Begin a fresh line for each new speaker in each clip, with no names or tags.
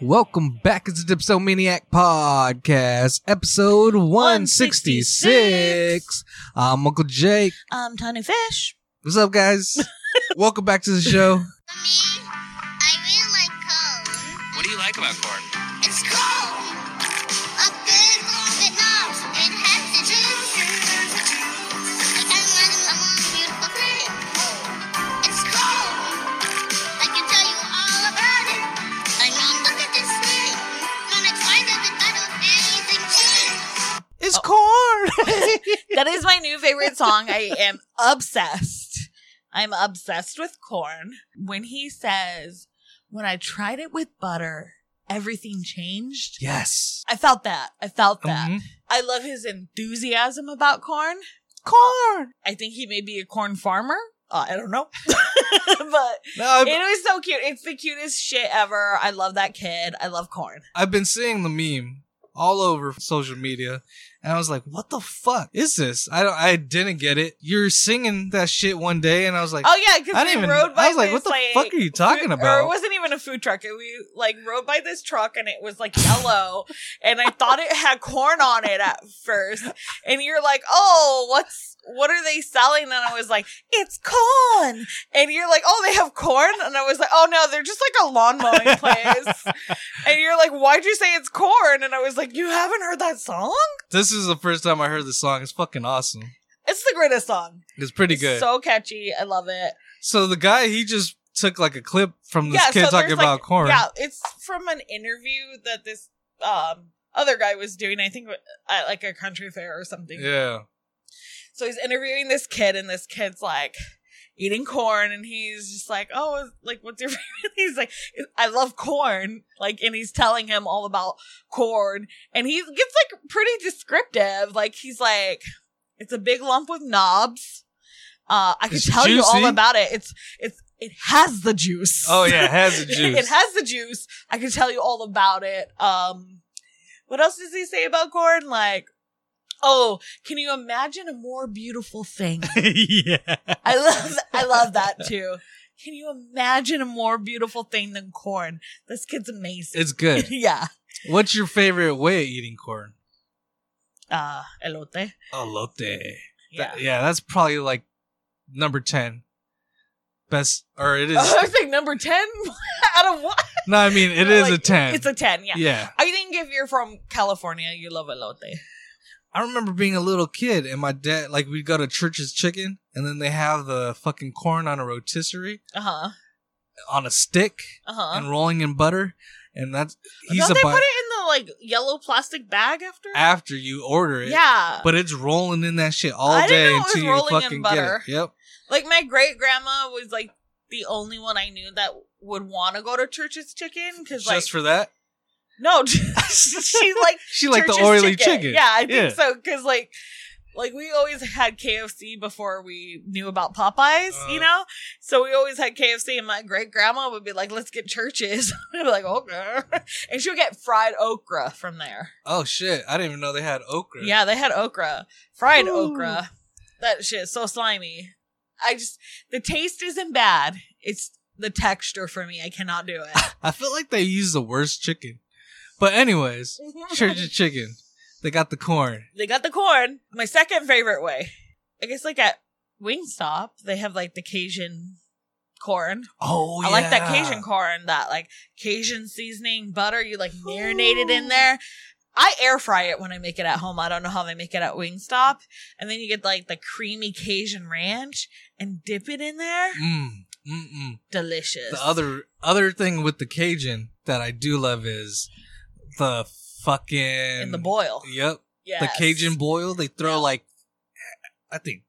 Welcome back. It's the Dipsomaniac Podcast, episode 166. I'm Uncle Jake.
I'm um, Tiny Fish.
What's up, guys? Welcome back to the show.
Mommy, I really like cone.
What do you like about corn?
It's cold. A big long and knobs. It has the juice. Like I'm running along beautiful thing. It's cold. I can tell you all about it. I mean, look at this thing. When it's wider than I don't anything cheap.
It's
corn.
That is my new favorite song. I am obsessed. I'm obsessed with corn. When he says, when I tried it with butter, everything changed.
yes.
I felt that. I felt that.
Mhm.
I love his enthusiasm about corn.
Corn.
I think he may be a corn farmer. Uh, I don't know. but
No, I've,
it was so cute. It's the cutest shit ever. I love that kid. I love corn.
I've been seeing the meme all over social media, and I was like, "What the fuck is this?" I don't. I didn't get it. You're singing that shit one day, and I was like,
Oh yeah, because
I
we
didn't even.
rode by
I was like,
this,
"What the fuck are you talking
food- Or it
about?"
wasn't even a food truck. It- We like rode by this truck and it was like yellow, and I thought it had corn on it at first. And you're like, "Oh, what's what are they selling?" And I was like, "It's corn." And you're like, "Oh, they have corn." And I was like, "Oh no, they're just like a lawn mowing place." and you're like, "Why'd you say it's corn?" And I was like, "You haven't heard that song?
This is the first time I heard this song. It's fucking awesome.
It's the greatest song.
It's pretty
It's
good. So,
so catchy. I love it."
the guy he just took like a clip from this
Yeah,
kid
so
talking
there's,
about
like-
corn.
Yeah, it's from an interview that this um other guy was doing, I think at like a country fair or something.
Yeah.
So he's interviewing this kid, and this kid's like eating corn, and he's just like, "Oh, like what's your?" favorite?" he's like, "I love corn," like, and he's telling him all about corn, and he gets like pretty descriptive. Like he's like, "It's a big lump with knobs." Uh, I could
It's
tell you all
juicy.
about it. It's it's it has the juice.
Oh yeah, it has a juice.
it has the juice. I can tell you all about it. Um, what else does he say about corn? Like, oh, can you imagine a more beautiful thing?
yeah.
I love, I love that too. Can you imagine a more beautiful thing than corn? This kid's amazing.
It's good.
yeah.
What's your favorite way of eating corn?
Uh, elote.
Elote. Th-
Yeah.
yeah, that's probably like number 10. Best, or it is.
Oh, I was like number 10 out of what?
no, I mean, it
You're
is
like,
a 10.
It's a 10, yeah.
yeah.
I think if you're from California, you love elote.
I remember being a little kid and my dad, like, we'd go to Church's Chicken and then they have the fucking corn on a rotisserie
Uh huh.
on a stick
Uh huh.
and rolling in butter. And that's, he's
Don't
a
they
bite
put it in the like yellow plastic bag after?
after you order it.
Yeah.
But it's rolling in that shit all
I didn't
day
know it was
until you
rolling in
fucking
butter.
get it. Yep.
like my great grandma was like the only one I knew that would want to go to church's chicken because
Just
like
for that.
no she like
She liked the
Church's
oily chicken.
Yeah, I think
Yeah.
so because like like we always had KFC before we knew about Popeyes,
Uh.
you know. So we always had KFC, and my great grandma would be like, "Let's get churches." I'd be like, "Okay," and she would get fried okra from there.
Oh shit! I didn't even know they had okra.
Yeah, they had okra, fried
Ooh.
okra. That shit is so slimy. I just the taste isn't bad. It's the texture for me. I cannot do
I feel like they use the worst chicken. But anyways,
it.
Church's chicken. They got the corn.
They got the corn. My second favorite way, I guess, like at Wingstop, they have like the Cajun corn.
Oh,
I like that Cajun corn. That like Cajun seasoning butter. You like marinate it in there. I air fry it when I make it at home. I don't know how they make it at Wingstop. And then you get like the creamy Cajun ranch and dip it in there.
Mm, mm-mm.
Delicious.
The other other thing with the Cajun that I do love is the fucking
in the boil.
Yep,
Yeah.
the Cajun boil. They throw like I think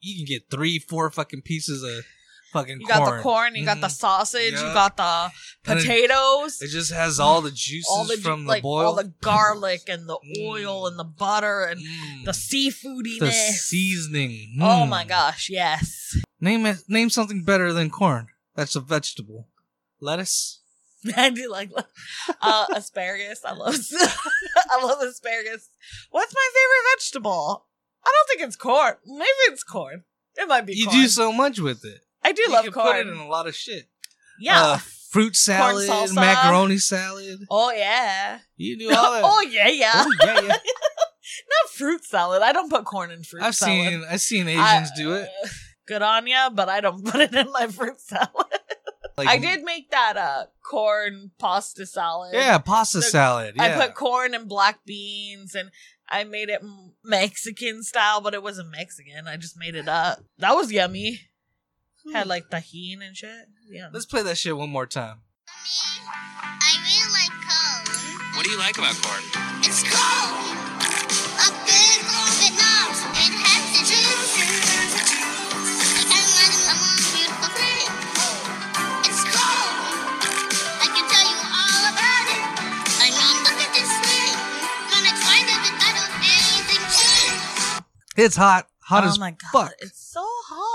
you can get three, four fucking pieces of fucking
You
corn.
got the corn, you got the
Mhm.
sausage, you
Yeah.
got the
And it-
potatoes.
Mm-hmm. It just has all the juices
all the ju-
from the
like,
boil.
all the garlic and the
Mm.
oil and the butter and
Mm.
the seafoodiness.
the seasoning.
Oh
Mm.
my gosh, yes.
Name it. Name something better than corn. That's a vegetable. Lettuce.
I do like uh, asparagus. I love I love asparagus. What's my favorite vegetable? I don't think it's corn. Maybe it's corn. It might be
you
corn.
do so much with it.
I do
you
love
can
corn.
put it in a lot of shit.
Yeah.
uh, fruit salad,
salsa.
macaroni salad.
oh yeah.
You do all that.
oh yeah, yeah.
Oh, yeah, yeah.
Not fruit salad. I don't put corn in fruit
I've
salad.
seen I've seen Asians
I- uh,
do it.
Good on ya, but I don't put it in my fruit salad.
Like,
I did make that uh corn pasta salad.
Yeah, pasta
The-
salad. Yeah.
I put corn and black beans and I made it m- Mexican style, but it wasn't Mexican. I just made it up. That was yummy.
Hmm.
Had like tahine and shit. Yeah.
Let's play that shit one more time.
I really like cone.
What do you like about corn?
It's cold. A big roll that knobs and has the juice. And one of my mom's beautiful cream. It's cold. I can tell you all about it. I mean, look at this thing. Gonna try to get out of anything cheap.
It's hot, hot
oh
as
my god,
fuck.
it's so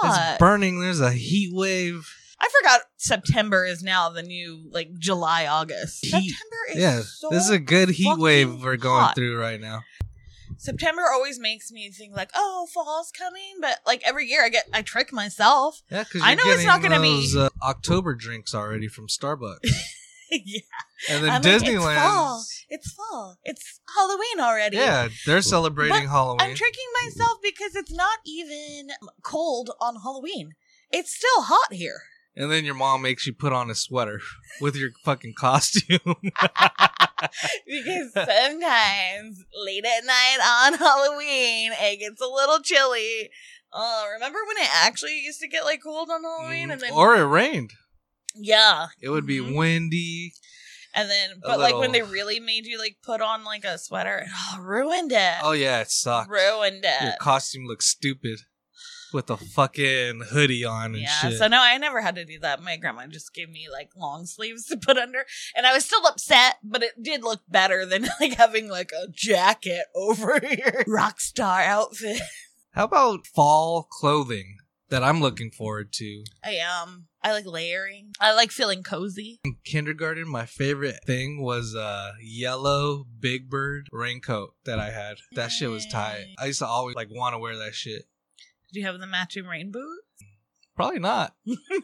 It's
hot.
burning. There's a heat wave.
I forgot September is now the new like July August.
Heat.
September is
yeah,
so
this is a good heat
fucking
wave we're going
hot.
through right now.
September always makes me think like, oh, fall's coming, but like every year I get I trick myself.
Yeah, because
I know it's not gonna be-
those, uh, October drinks already from Starbucks,
yeah.
and then
I'm like, it's
Disneyland.
fall. It's fall. It's Halloween already.
yeah, they're celebrating
But
Halloween.
I'm tricking myself because it's not even cold on Halloween. It's still hot here.
And then your mom makes you put on a sweater with your fucking costume.
because sometimes late at night on Halloween, it gets a little chilly. Uh, remember when it actually used to get like cold on Halloween, and then
Mm, or it rained.
yeah,
It would be
Mhm.
windy.
and then but like when they
little-
really made you like put on like a sweater, oh, ruined it,
Oh yeah, it sucked.
ruined
Your
it.
costume looks stupid with a fucking hoodie on and
Yeah,
shit.
so no, I never had to do that. My grandma just gave me like long sleeves to put under, and I was still upset, but it did look better than like having like a jacket over your rock star outfit.
How about fall clothing that I'm looking forward to?
I am. I like layering. I like feeling cozy.
In kindergarten, my favorite thing was a yellow Big Bird raincoat that I had. That shit was tight. I used to always like want to wear that shit.
Do you have the matching rain boots?
Probably not.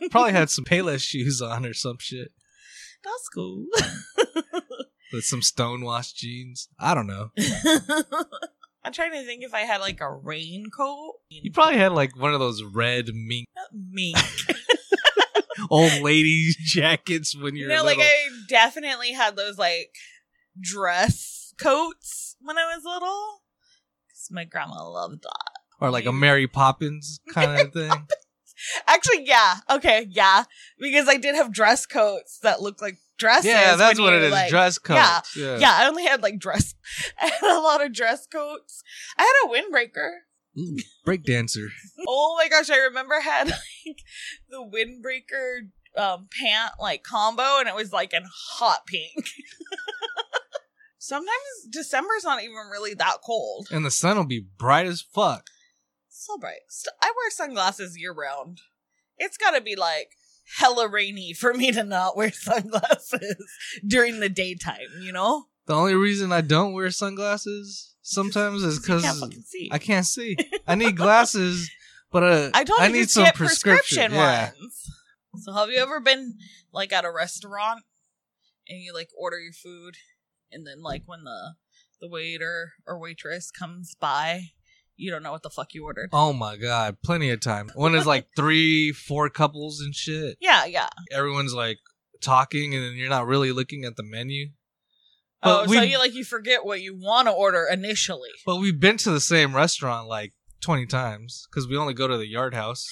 Probably had some Payless shoes on or some shit.
That's cool.
With some stonewashed jeans. I don't know.
I'm trying to think if I had like a raincoat.
You probably had like one of those red mink
Not me.
old lady jackets when
you
you're
know, like
little.
I definitely had those like dress coats when I was little. 'Cause My grandma loved that.
or like a Mary Poppins kind of thing.
Actually, yeah. Okay, yeah. Because I did have dress coats that looked like dresses.
yeah, that's what
when you,
it is.
like-
dress code.
yeah,
yeah.
Yeah, I only had like dress. I had a lot of dress coats. I had a windbreaker.
Ooh, break dancer.
Oh my gosh, I remember I had like the windbreaker um, pant like combo, and it was like in hot pink. Sometimes December's not even really that cold.
And the sun will be bright as fuck.
So bright. St- I wear sunglasses year round. It's got to be like hella rainy for me to not wear sunglasses during the daytime. You know,
The only reason I don't wear sunglasses sometimes is
you can't
because
fucking see.
I can't see. I need glasses, but uh,
I told
I
you
need
just
some
get
prescription.
prescription,
Yeah.
ones. So have you ever been like at a restaurant and you like order your food and then like when the the waiter or waitress comes by, you don't know what the fuck you ordered.
Oh my god, plenty of time. When it's like three, four couples and shit,
Yeah, yeah.
everyone's like talking, and then you're not really looking at the menu.
Oh,
But
so
we-
you like you forget what you want to order initially.
But we've been to the same restaurant like twenty times because we only go to the Yard House.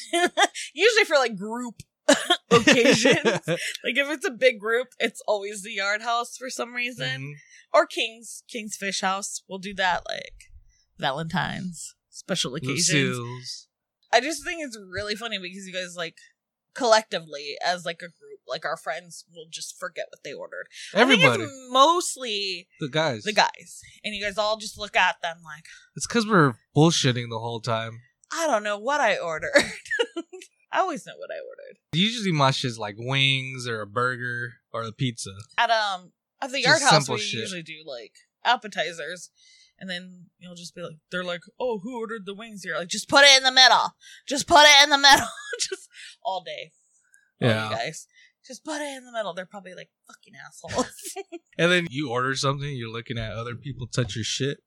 Usually for like group occasions. like if it's a big group, it's always the yard house for some reason.
Mhm.
or King's King's Fish House. We'll do that like Valentine's special occasions.
Lucille's.
I just think it's really funny because you guys like collectively as like a group, like our friends will just forget what they ordered. I think it's
Everybody,
mostly
the guys,
the guys, and you guys all just look at them like
It's because we're bullshitting the whole time.
I don't know what I ordered. I always know what I ordered
Usually my shit's like wings or a burger or a pizza.
at um at the
Just
yard house.
simple
We
shit.
usually do like appetizers. And then you'll just be like, they're like, oh, who ordered the wings? You're like, just put it in the middle. Just put it in the middle. just all day. all you guys. Just put it in the middle. They're probably like fucking assholes.
And then you order something, you're looking at other people touch your shit,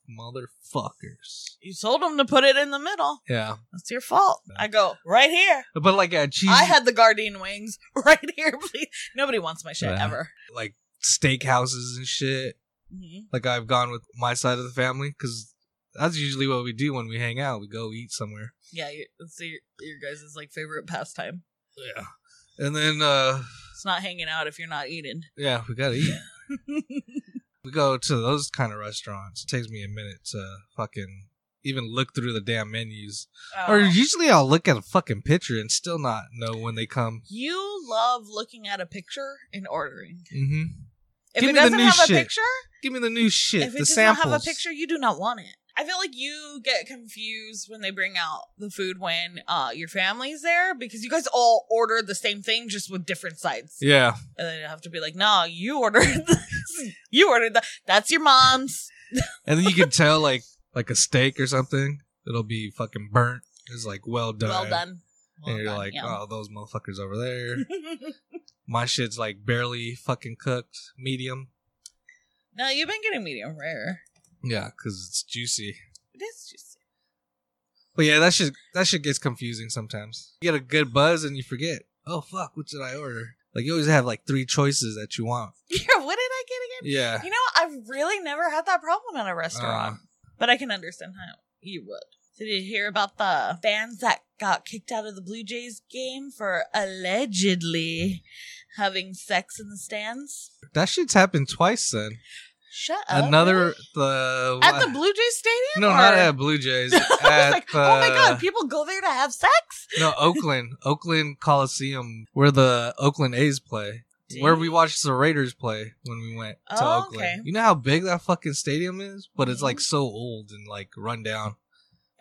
motherfuckers.
you told them to put it in the middle.
Yeah,
That's your fault. I go right here.
but like at cheese,
I had the guardian wings right here. Please, nobody wants my shit
Yeah.
ever.
like steakhouses and shit.
Mhm.
Like I've gone with my side of the family because that's usually what we do when we hang out. We go eat somewhere.
Yeah, you, it's your, your guys' like favorite pastime.
Yeah. And then, uh
It's not hanging out if you're not eating.
yeah, we gotta eat. we go to those kind of restaurants. It takes me a minute to fucking even look through the damn menus. Or
you-,
usually I'll look at a fucking picture and still not know when they come.
love looking at a picture and ordering.
hmm
If
Give me
it
the
doesn't
new
have a
shit.
picture,
Give me the new shit.
if it
the
does
samples.
not have a picture, you do not want it. I feel like you get confused when they bring out the food when uh, your family's there because you guys all order the same thing just with different sides.
Yeah.
And then you have to be like, nah, you ordered this. you ordered that. That's your mom's.
And then you can tell like like a steak or something, it'll be fucking burnt. It's like well done.
Well done. Well
and you're
done,
like,
yeah.
oh, those motherfuckers over there. My shit's like barely fucking cooked, medium.
no, you've been getting medium rare.
Yeah, because it's juicy.
It is just
But yeah, that shit that shit gets confusing sometimes. You get a good buzz and you forget. Oh fuck, what did I order? Like you always have like three choices that you want.
Yeah, what did I get again?
Yeah.
You know, I've really never had that problem at a restaurant,
Um,
but I can understand how you would. Did you hear about the fans that got kicked out of the Blue Jays game for allegedly having sex in the stands?
That shit's happened twice then.
Shut up.
Another
Oh,
the
really? at the Blue Jays stadium?
No,
or-
not at Blue Jays.
I was
at uh,
like, oh my
the-
god, people go there to have sex?
No, Oakland. Oakland Coliseum, where the Oakland A's play. Where we watched the Raiders play when we went to
Oh,
Oakland.
okay.
You know how big that fucking stadium is? But it's like
Mhm.
so old and like run down.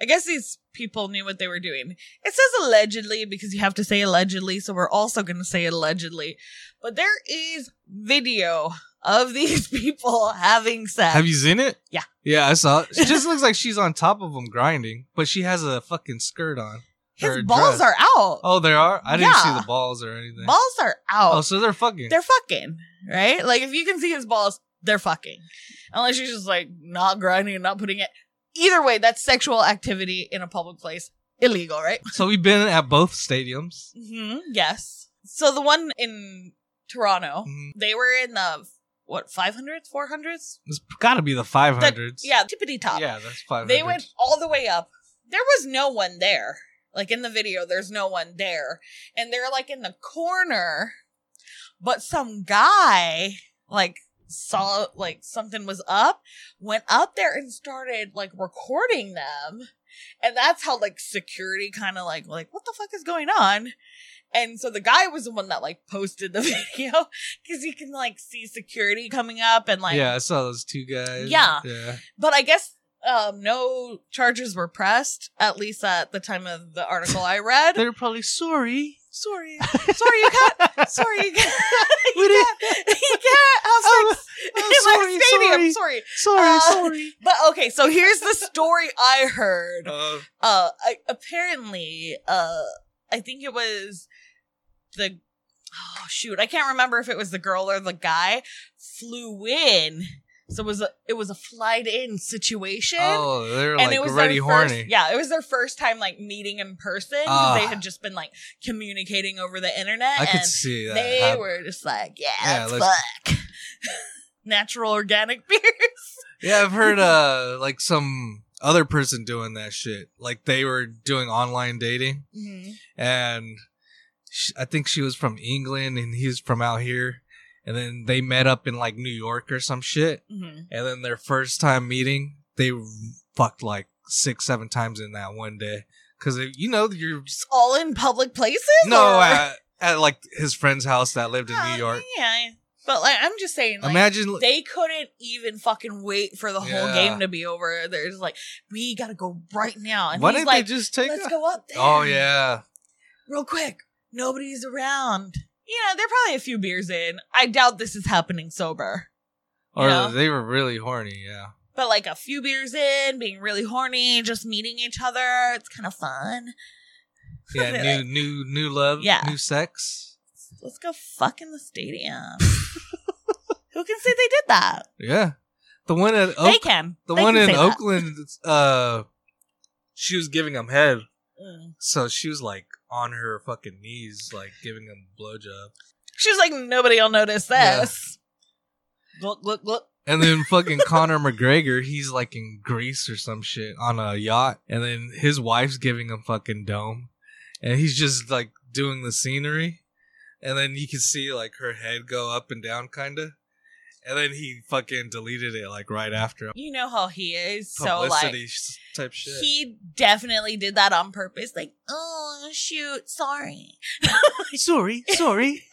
I guess these people knew what they were doing. It says allegedly because you have to say allegedly, so we're also going to say allegedly. But there is video of these people having sex.
Have you seen it?
Yeah.
Yeah, I saw it. She just looks like she's on top of them grinding, but she has a fucking skirt on.
His
or
balls
dress.
are out.
Oh, there are? I didn't see
Yeah.
the balls or anything.
balls are out.
Oh, so they're fucking.
they're fucking, right? Like if you can see his balls, they're fucking. Unless you're just like not grinding and not putting it. Either way, that's sexual activity in a public place. Illegal, right?
so we've been at both stadiums.
hmm Yes. So the one in Toronto,
Mhm.
they were in the what 500s, 400s?
It's got to be the 500s.
Yeah, tippity top.
Yeah, that's 500.
They went all the way up. There was no one there. Like in the video, there's no one there. And they're like in the corner, but some guy like saw like something was up, went up there and started like recording them. And that's how like security kind of like like what the fuck is going on? And so the guy was the one that like posted the video cuz you can like see security coming up and like
yeah, I saw those two guys.
Yeah.
Yeah.
but I guess um, no charges were pressed, at least at the time of the article I read.
They're probably sorry.
sorry, sorry, you can't. Sorry, you can't.
We
you, can't you can't have sex
I'm Oh,
in my
sorry,
stadium. Sorry.
sorry.
Uh,
Sorry, sorry.
But okay, so here's the story I heard.
Uh,
Uh, I, apparently, uh, I think it was the. Oh shoot! I can't remember if it was the girl or the guy flew in. So it was a, it was a flight in situation.
oh, they're
and
like
it was
already
their
horny.
First, yeah, it was their first time like meeting in person. 'cause They
Ah.
had just been like communicating over the internet,
I could
and
see that.
they
hap-
were just like, "Yeah,
Yeah,
let's,
let's-
fuck." Natural organic beers.
yeah, I've heard uh like some other person doing that shit. Like they were doing online dating, Mm-hmm. and sh I think she was from England and he's from out here. And then they met up in like New York or some shit.
hmm
And then their first time meeting, they fucked like six, seven times in that one day. Cause it- you know you're
Just all in public places.
No,
or-
at, at like his friend's house that lived in
Uh,
New York.
Yeah, but like I'm just saying, like.
Imagine,
they couldn't even fucking wait for the whole
Yeah.
game to be over. They're just like, we gotta go right now. And
why
he's
didn't
like,
they just take?
let's
a-
go up there.
oh yeah,
real quick. Nobody's around. You know, they're probably a few beers in. I doubt this is happening sober.
or
Yeah.
they were really horny. Yeah,
But like a few beers in, being really horny, just meeting each other, it's kind of fun.
yeah,
They're
new, new, new love,
Yeah.
new sex.
let's let's go fuck in the stadium. Who can say they did that?
Yeah. The one at
they
Oak-
can.
the
They
one
can
in
say that.
Oakland, uh, she was giving him head,
Mm.
so she was like on her fucking knees, like giving him a blowjob.
She's like nobody'll notice
Yeah.
this. Look, look, look.
And then fucking Conor McGregor, he's like in Greece or some shit on a yacht, and then his wife's giving him fucking dome, and he's just like doing the scenery, and then you can see like her head go up and down, kinda, and then he fucking deleted it like right after
You know how he is. So like
publicity s- type shit.
he definitely did that on purpose. Like, oh shoot, sorry.
sorry, sorry.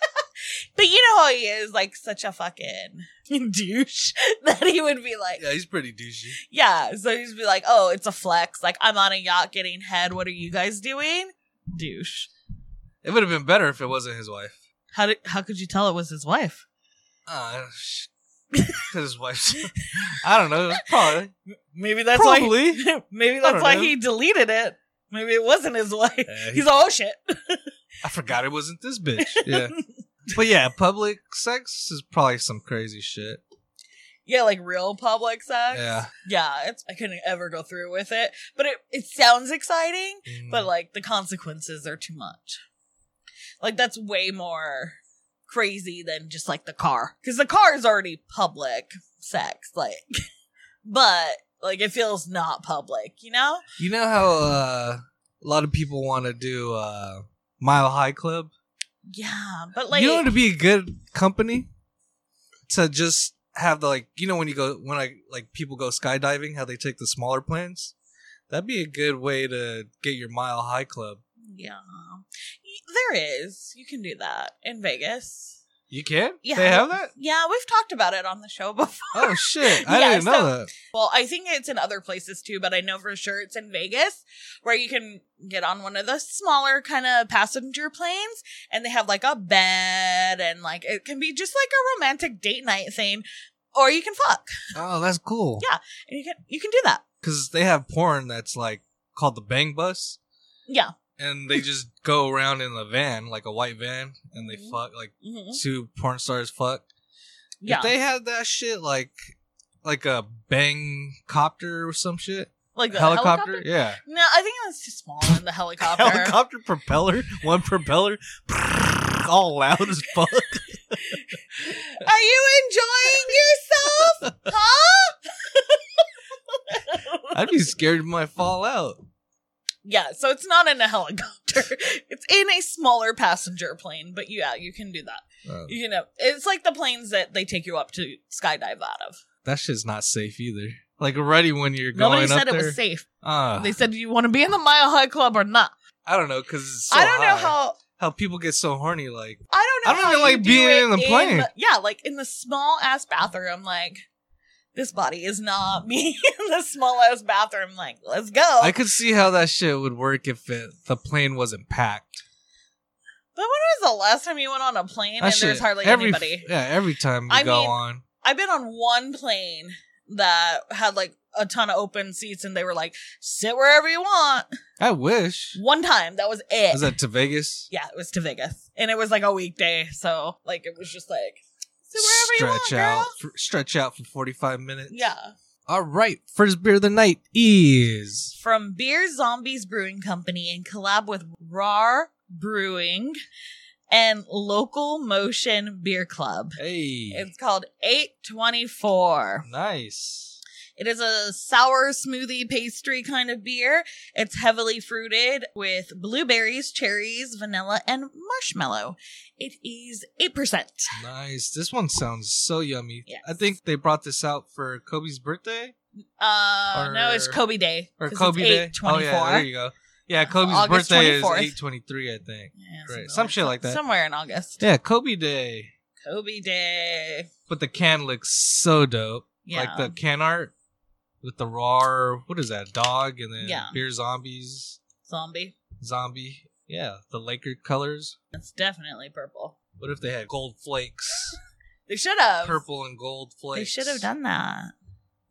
But you know how he is, like such a fucking douche that he would be like,
yeah, he's pretty douchey.
Yeah. So he'd be like, oh, it's a flex. Like, I'm on a yacht getting head. What are you guys doing? Douche.
It would have been better if it wasn't his wife.
How did, how could you tell it was his wife?
Uh, his wife's. I don't know. Probably.
Maybe that's
probably.
why. maybe
I
that's
don't
why
know.
he deleted it. Maybe it wasn't his wife.
Yeah, he-
He's like, oh shit.
I forgot it wasn't this bitch. Yeah. but yeah, public sex is probably some crazy shit.
Yeah, like real public sex.
Yeah.
Yeah, it's, I couldn't ever go through with it. But it, it sounds exciting,
Mm.
but like the consequences are too much. Like that's way more crazy than just like the car. Cause the car is already public sex, like, but like it feels not public, you know?
you know how uh, a lot of people want to do uh, Mile High Club?
Yeah, but like,
you know to be a good company to just have the like you know when you go when I like people go skydiving how they take the smaller planes that'd be a good way to get your mile high club
yeah, Y- there is. You can do that in Vegas.
you can
Yeah.
they have that
Yeah, we've talked about it on the show before.
oh shit I
Yeah,
didn't know that
Well, I think it's in other places too, but I know for sure it's in Vegas where you can get on one of the smaller kind of passenger planes and they have like a bed and like it can be just like a romantic date night thing or you can fuck.
oh that's cool
Yeah. And you can you can do that.
because they have porn that's like called the bang bus
Yeah.
and they just go around in a van like a white van and they
Mhm.
fuck like
hmm
two porn stars fuck
Yeah.
If they had that shit like like a bang copter or some shit.
like the
helicopter?
helicopter?
Yeah.
No, I think that's too small in the helicopter.
Helicopter propeller, one propeller, all loud as fuck.
Are you enjoying yourself? huh?
I'd be scared it might fall out.
Yeah, so it's not in a helicopter. It's in a smaller passenger plane, but yeah, you can do that.
Uh,
you know, it's like the planes that they take you up to skydive out of.
that shit's not safe either. Like already when you're going
Nobody
up
said it
there,
was safe.
uh,
They said, "Do you want to be in the Mile High Club or not?"
I don't know because it's so
I don't know
high.
how.
how people get so horny. Like
I don't know.
I don't
how
even like
you do
being
it
in the plane.
yeah, like in the small ass bathroom. Like this body is not me in the small ass bathroom. Like let's go.
I could see how that shit would work if it, the plane wasn't packed.
but when was the last time you went on a plane
That
and
shit-
there's hardly
every,
anybody?
Yeah, every time we
I
go
mean,
on.
I've been on one plane that had like a ton of open seats and they were like sit wherever you want
I wish.
one time that was it
Was that to Vegas?
yeah, it was to Vegas, and it was like a weekday, so like it was just like so wherever
stretch
you want,
out,
girl.
for, stretch out for forty five minutes.
Yeah,
All right. First beer of the night is
from Beer Zombies Brewing Company in collab with RAR Brewing and Local Motion Beer Club.
hey,
It's called 824.
nice.
It is a sour smoothie pastry kind of beer. It's heavily fruited with blueberries, cherries, vanilla, and marshmallow. It is 8%.
Nice. This one sounds so yummy.
Yes.
I think they brought this out for Kobe's birthday
Uh, no, it's
Or-
Kobe Day.
or
'cause it's
Kobe Day. Oh
8:24.
yeah, there you go. Yeah, Kobe's
August
birthday
24th.
is eight twenty three. I think.
Yeah,
Right.
something
Some shit like that.
Somewhere in August.
Yeah, Kobe Day.
Kobe Day.
But the can looks so dope.
Yeah.
Like the can art with the raw. What is that? Dog and then
Yeah.
beer zombies,
Zombie.
zombie. Yeah, the Laker colors.
It's definitely purple.
What if they had gold flakes?
They should have.
Purple and gold flakes.
They should have done that.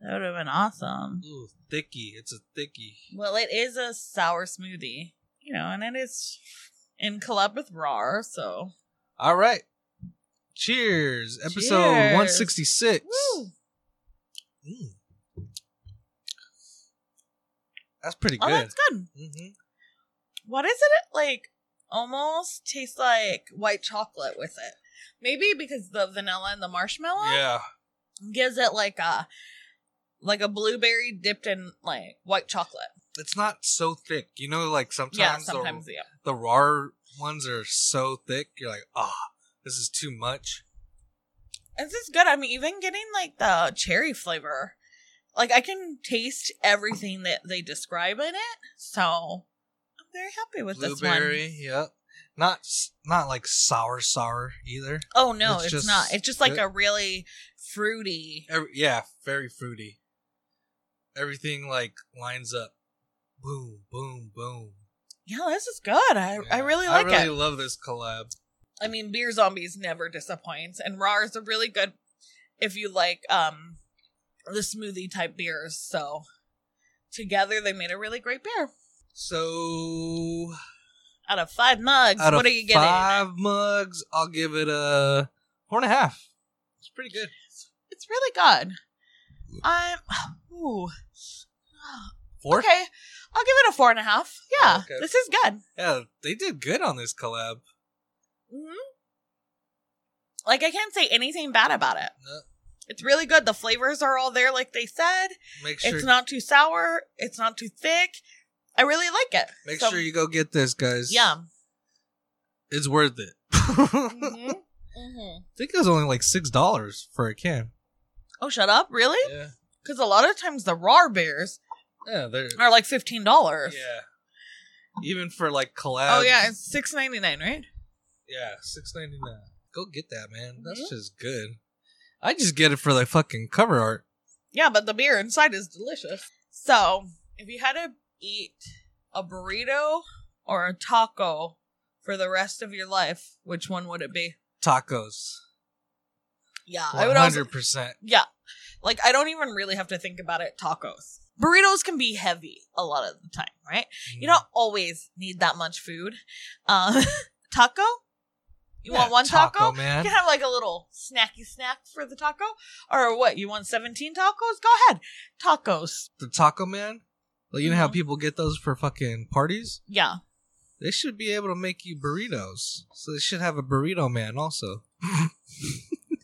That would have been awesome.
Ooh, thicky. It's a thicky.
Well, it is a sour smoothie, you know, and it is in collab with RAR, so
All right. Cheers. Episode
Cheers.
166.
Woo.
Mm. That's pretty
Oh,
good.
that's good.
hmm
What is it like? Almost tastes like white chocolate with it. Maybe because the vanilla and the marshmallow
Yeah.
gives it like a like a blueberry dipped in like white chocolate.
It's not so thick. You know, like sometimes,
yeah,
the-
sometimes yeah.
the, raw ones are so thick, you're like, ah, this is too much.
This is good. I'm even getting like the cherry flavor. Like I can taste everything that they describe in it. So I'm very happy with this one.
Blueberry, yep. Not s- not like sour sour either.
Oh no,
It's
it's,
just
not. It's just like
good.
a really fruity.
Every, yeah, very fruity. Everything like lines up. Boom, boom, boom.
Yeah, this is good. I, I
Yeah.
really like
I really
it.
love this collab.
I mean, Beer Zombies never disappoints, and RAR is a really good if you like um the smoothie type beers. So together they made a really great beer.
So
Out of five mugs,
out of
what are you getting?
five mugs, I'll give it a four and a half. It's pretty good.
It's really good. I'm ooh.
Four?
Okay. I'll give it a four and a half. Yeah.
Oh, okay.
This is good.
Yeah, they did good on this collab.
hmm Like I can't say anything bad about it.
No.
It's really good. The flavors are all there, like they said.
Make sure
It's not too sour. It's not too thick. I really like it.
make
So,
sure you go get this, guys.
Yeah.
It's worth it. I
hmm hmm
think it was only like six dollars for a can.
Oh, shut up! Really?
Yeah.
Because a lot of times the raw beers
Yeah, they're
are like fifteen dollars.
Yeah. Um, Even for like collabs.
Oh yeah, it's six ninety nine, right?
Yeah, six ninety nine. Go get that, man. That's
Mhm.
just good. I just get it for the fucking cover art.
Yeah, but the beer inside is delicious. So, if you had to eat a burrito or a taco for the rest of your life, which one would it be?
Tacos.
Yeah, I
One
would also.
hundred percent.
Yeah, like I don't even really have to think about it. Tacos, burritos can be heavy a lot of the time, right? You don't always need that much food. Um, taco. You want one taco?
man?
You can have like a little snacky snack for the taco, or what? You want seventeen tacos? Go ahead, tacos.
The taco man. Like you know how
Mhm.
people get those for fucking parties?
Yeah.
They should be able to make you burritos. So they should have a burrito man also.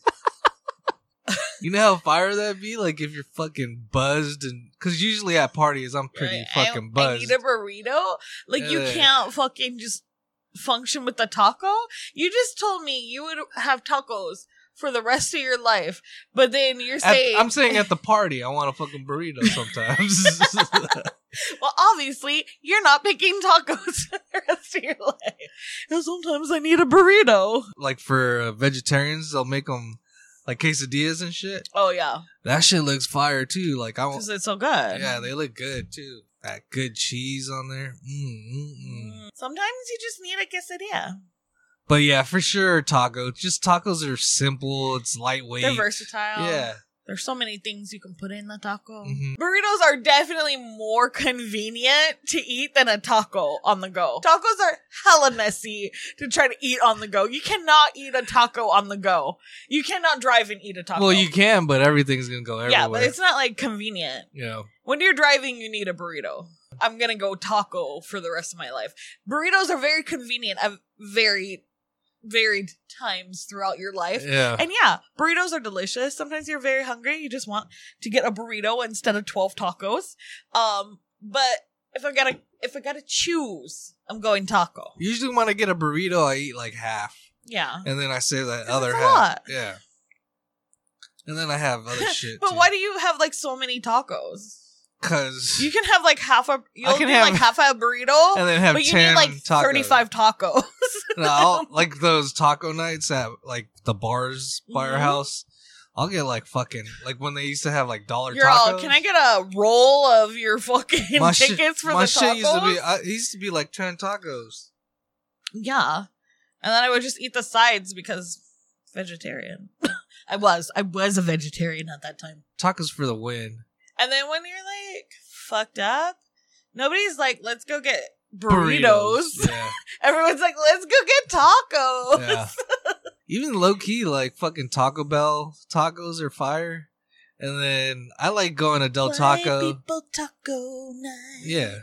you know how fire that'd be? Like if you're fucking buzzed and because usually at parties I'm pretty
Right? I-
fucking
I,
buzzed.
need a burrito. Like you
Yeah.
can't fucking just function with the taco. You just told me you would have tacos for the rest of your life, but then you're
At-
saying,
I'm saying at the party, I want a fucking burrito sometimes.
well, obviously you're not picking tacos for the rest of your life. And sometimes I need a burrito.
like for uh, vegetarians, they'll make them like quesadillas and shit.
Oh yeah,
That shit looks fire too. Like I want,
because it's so good.
Oh. yeah, they look good too. That good cheese on there. Mm, mm, mm.
Mm. Sometimes you just need a quesadilla.
But yeah, for sure, taco. Just tacos are simple. It's lightweight.
They're versatile.
Yeah,
There's so many things you can put in the taco.
Mhm.
Burritos are definitely more convenient to eat than a taco on the go. Tacos are hella messy to try to eat on the go. You cannot eat a taco on the go. You cannot drive and eat a taco.
well, you can, but everything's gonna go everywhere.
Yeah, but it's not like convenient.
you know,
When you're driving, you need a burrito. I'm gonna go taco for the rest of my life. Burritos are very convenient at very varied times throughout your life.
yeah.
And yeah, burritos are delicious. Sometimes you're very hungry. You just want to get a burrito instead of 12 tacos. Um, but if I gotta, if I gotta choose, I'm going taco.
Usually, when I get a burrito, I eat like half,
Yeah.
and then I save that
That's
other
a
half.
lot.
Yeah, and then I have other shit.
But why do you have like so many tacos?
Because
You can have like half a, you'll
can
do
have-
like half a burrito,
and then have
but you
10
need like
tacos.
35 tacos.
No, I'll, like those taco nights at like the bars by our
Mhm.
house. I'll get like fucking like when they used to have like dollar
You're
tacos.
all, can I get a roll of your fucking
my shit-
tickets for
my
the
shit
tacos?
used to be I, it used to be like ten tacos.
Yeah. And then I would just eat the sides because vegetarian. I was. I was a vegetarian at that time.
Tacos for the win.
And then when you're like fucked up, nobody's like, let's go get burritos.
Yeah,
Everyone's like, let's go get tacos.
yeah. Even low key, like fucking Taco Bell tacos are fire. And then I like going to Del Taco.
people taco night.
Yeah.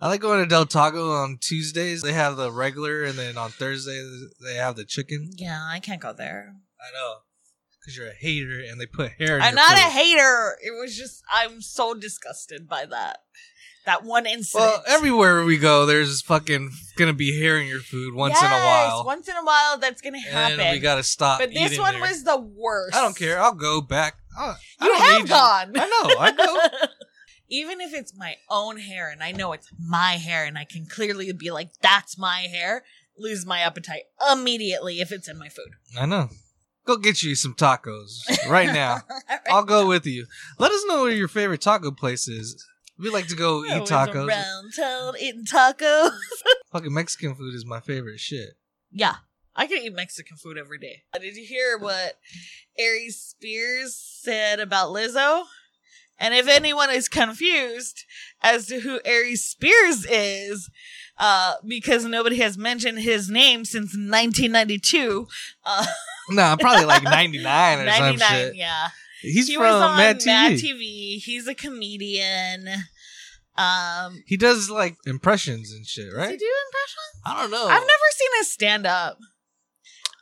I like going to Del Taco on Tuesdays. They have the regular, and then on Thursday they have the chicken.
Yeah, I can't go there.
I know, because you're a hater, and they put hair. In
I'm
your
not a
food.
hater. It was just I'm so disgusted by that. That one incident.
Well, everywhere we go, there's fucking gonna be hair in your food once in a
Yes,
while,
Once in a while, that's gonna happen.
and then we gotta stop.
but this
eating
one
there.
was the worst.
I don't care. I'll go back. I, I
You
don't
have
need
gone.
I know. I know.
Even if it's my own hair and I know it's my hair and I can clearly be like, that's my hair, lose my appetite immediately if it's in my food.
I know. Go get you some tacos right now. I'll go with you. Let us know where your favorite taco place is. We like to go
We're
eat
always
tacos.
Around town eating tacos.
Fucking Mexican food is my favorite shit.
Yeah. I could eat Mexican food every day. Did you hear what Aries Spears said about Lizzo? And if anyone is confused as to who Aries Spears is, uh, because nobody has mentioned his name since 1992, uh,
No, probably like 99 or some
99,
shit.
yeah.
He's
he
from
was on
Mad TV.
TV. He's a comedian. Um,
He does like impressions and shit,
does he
right?
do impressions?
I don't know.
I've never seen his stand up.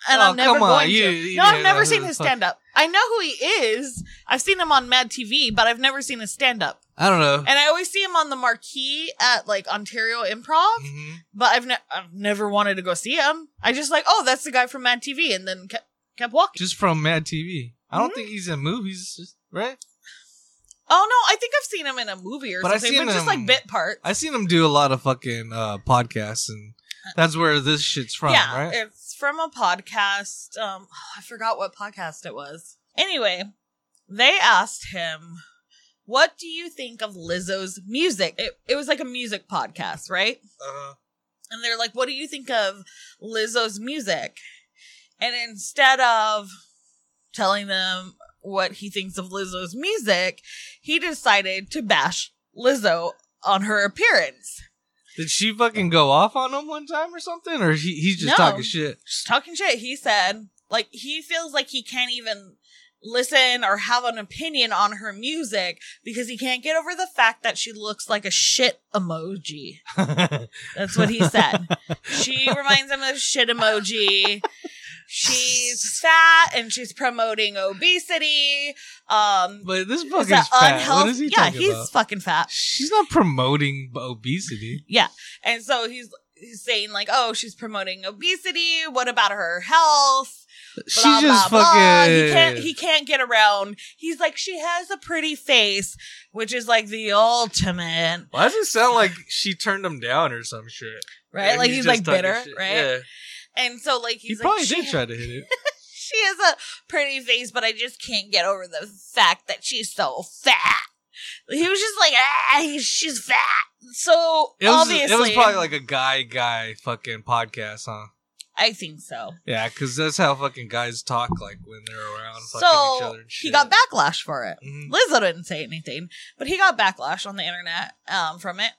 And
Oh,
I'm never
come on,
going
you-
to.
you
no,
know
I've never
who
seen
the
his
fuck-
stand up. I know who he is. I've seen him on Mad TV, but I've never seen his stand up.
I don't know.
And I always see him on the marquee at like Ontario Improv,
Mhm.
but I've, ne- I've never wanted to go see him. I just like, oh, that's the guy from Mad TV, and then kept, kept walking.
Just from Mad TV. I don't
Mhm.
think he's in movies, just- right?
Oh no, I think I've seen him in a movie or
But I've
something,
seen
but just
him-
like bit parts.
I've seen him do a lot of fucking uh, podcasts, and that's where this shit's from,
Uh, yeah,
right?
it's from a podcast. Um, I forgot what podcast it was. Anyway, they asked him, "What do you think of Lizzo's music?" It, it was like a music podcast, right?
Uh,
And they're like, "What do you think of Lizzo's music?" And instead of telling them what he thinks of Lizzo's music, he decided to bash Lizzo on her appearance.
did she fucking go off on him one time or something? Or he, he's just
No.
talking shit?
just talking shit. He said, like, he feels like he can't even listen or have an opinion on her music because he can't get over the fact that she looks like a shit emoji. That's what he said. she reminds him of shit emoji. She's fat and she's promoting obesity. Um,
but this
is
fucking
that
fat. What is he
Yeah,
talking
he's
about?
fucking fat.
She's not promoting obesity.
And so he's, he's saying like, oh, she's promoting obesity. What about her health?
She's
blah,
just
blah,
fucking.
blah. He can't. He can't get around. He's like, she has a pretty face, which is like the ultimate,
Why does it sound like she turned him down or some shit?
right? like he's, like
just talking
bitter,
shit.
right?
Yeah.
And so like
He
he's
probably
like,
did
she,
try to hit it.
she has a pretty face, but I just can't get over the fact that she's so fat. He was just like, ah, he- she's fat. So
It was,
obviously,
it was probably like a guy guy fucking podcast, huh?
I think so.
Yeah, because that's how fucking guys talk like when they're around fucking each
So
other. And shit.
he got backlash for it.
Mhm.
Lizzo didn't say anything, but he got backlash on the internet um, from it.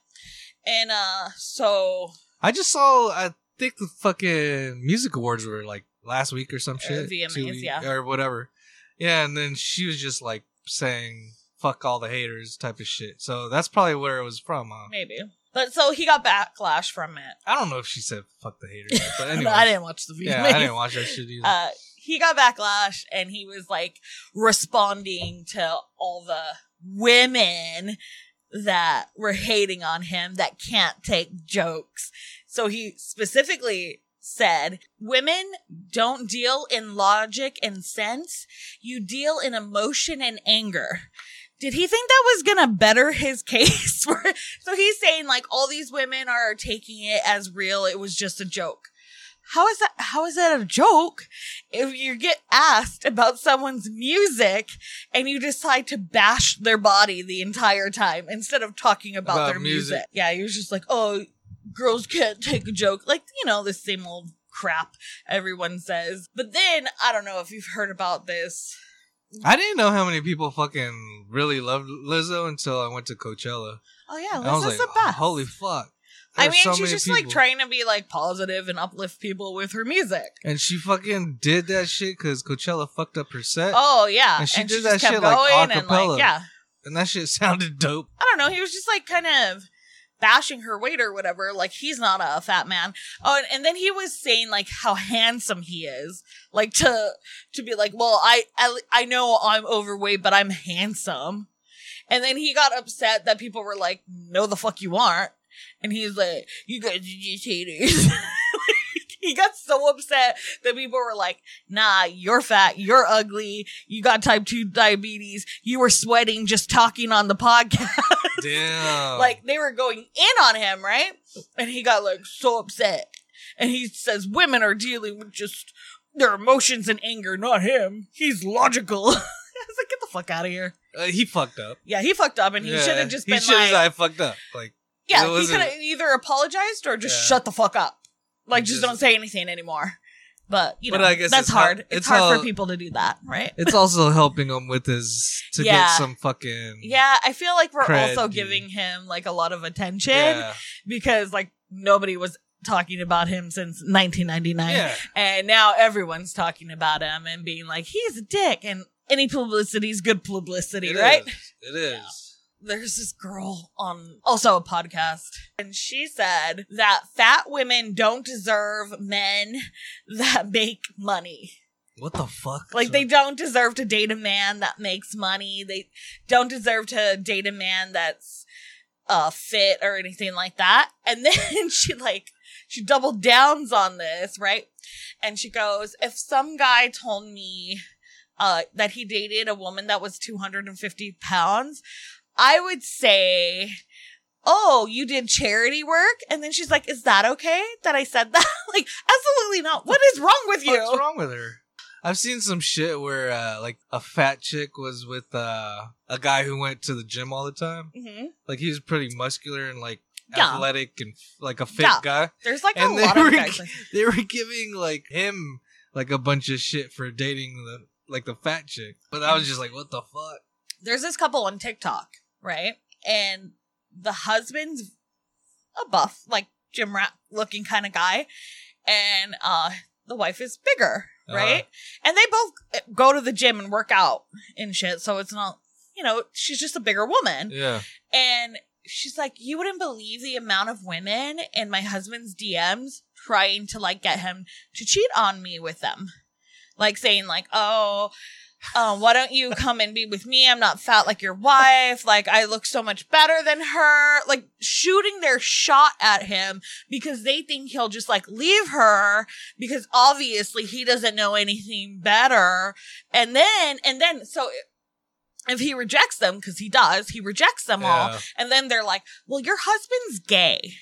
And uh, so
I just saw. I think the fucking music awards were like last week or some shit.
VMAs,
two week-
Uh, yeah.
or whatever. Yeah, and then she was just like saying "fuck all the haters" type of shit. So that's probably where it was from, huh?
Maybe. But so he got backlash from it.
I don't know if she said "fuck the haters," but anyway.
I didn't watch the video.
Yeah, I didn't watch that shit either.
Uh, he got backlash and he was like responding to all the women that were hating on him that can't take jokes. So he specifically said, Women don't deal in logic and sense, you deal in emotion and anger. Did he think that was gonna better his case? For- so he's saying like all these women are taking it as real. It was just a joke. How is that? How is that a joke? If you get asked about someone's music and you decide to bash their body the entire time instead of talking about,
About
their music.
music.
Yeah, he was just like, oh, girls can't take a joke. Like you know, the same old crap everyone says. But then I don't know if you've heard about this.
I didn't know how many people fucking really loved Lizzo until I went to Coachella.
Oh yeah,
And I was like,
Lizzo's the best.
holy fuck.
I
There are
mean,
so
she's
many
just like
people.
trying to be like positive and uplift people with her music.
And she fucking did that shit because Coachella fucked up her set.
Oh yeah,
And she did
just
that
kept
shit, like,
going
a
and,
cappella.
like yeah.
And that shit sounded dope.
I don't know. He was just like kind of bashing her weight or whatever. Like he's not a fat man. Oh, and, and then he was saying like how handsome he is. Like to to be like, well, I I, I know I'm overweight, but I'm handsome. And then he got upset that people were like, no, the fuck you aren't. And he's like, you guys are just haters. He got so upset that people were like, nah, you're fat, you're ugly, you got type 2 diabetes, you were sweating just talking on the podcast
Damn.
like they were going in on him, right? And he got like so upset. And he says women are dealing with just their emotions and anger, not him. He's logical. I was like, get the fuck out of here.
Uh, he fucked up.
Yeah, he fucked up and he
Yeah,
should have just
he
been
should
like,
have fucked up. Like it
Yeah, he could
wasn't-
have either apologized or just
Yeah.
shut the fuck up. Like just,
Just-
don't say anything anymore. But you know
But I guess
that's
it's
hard.
hel-
it's,
it's
hard for
all-
people to do that, right?
it's also helping him with his to get
Yeah.
some fucking
Yeah, I feel like we're
Cred,
also
dude.
giving him like a lot of attention.
yeah,
because like nobody was talking about him since 1999
yeah.
and now everyone's talking about him and being like he's a dick and any publicity is good publicity
It
right
is. It is.
there's this girl on also a podcast and she said that fat women don't deserve men that make money
What the fuck?
like they don't deserve to date a man that makes money they don't deserve to date a man that's uh fit or anything like that and then she like she double downs on this right and she goes if some guy told me uh that he dated a woman that was 250 pounds i would say oh you did charity work and then she's like is that okay that i said that like absolutely not what is wrong with you
What's wrong with her? I've seen some shit where uh, like a fat chick was with uh, a guy who went to the gym all the time.
hmm
Like he was pretty muscular and like
Yeah.
athletic and like a fit
Yeah.
guy.
There's like
And
a
they
lot of
were-
guys. like-
They were giving like him like a bunch of shit for dating the like the fat chick. But I was just like, what the fuck?
There's this couple on TikTok, right? And the husband's a buff, like gym rat looking kind of guy, and uh the wife is bigger,
Uh-huh.
right? And they both eh, go to the gym and work out and shit, so it's not, you know, she's just a bigger woman.
Yeah.
And she's like, You wouldn't believe the amount of women in my husband's DMs trying to like get him to cheat on me with them. Like saying, like, oh, um, why don't you come and be with me? I'm not fat like your wife. Like I look so much better than her. Like shooting their shot at him because they think he'll just like leave her because obviously he doesn't know anything better. And then, and then, so if he rejects them, because he does, he rejects them all.
Yeah.
And then they're like, well, your husband's gay.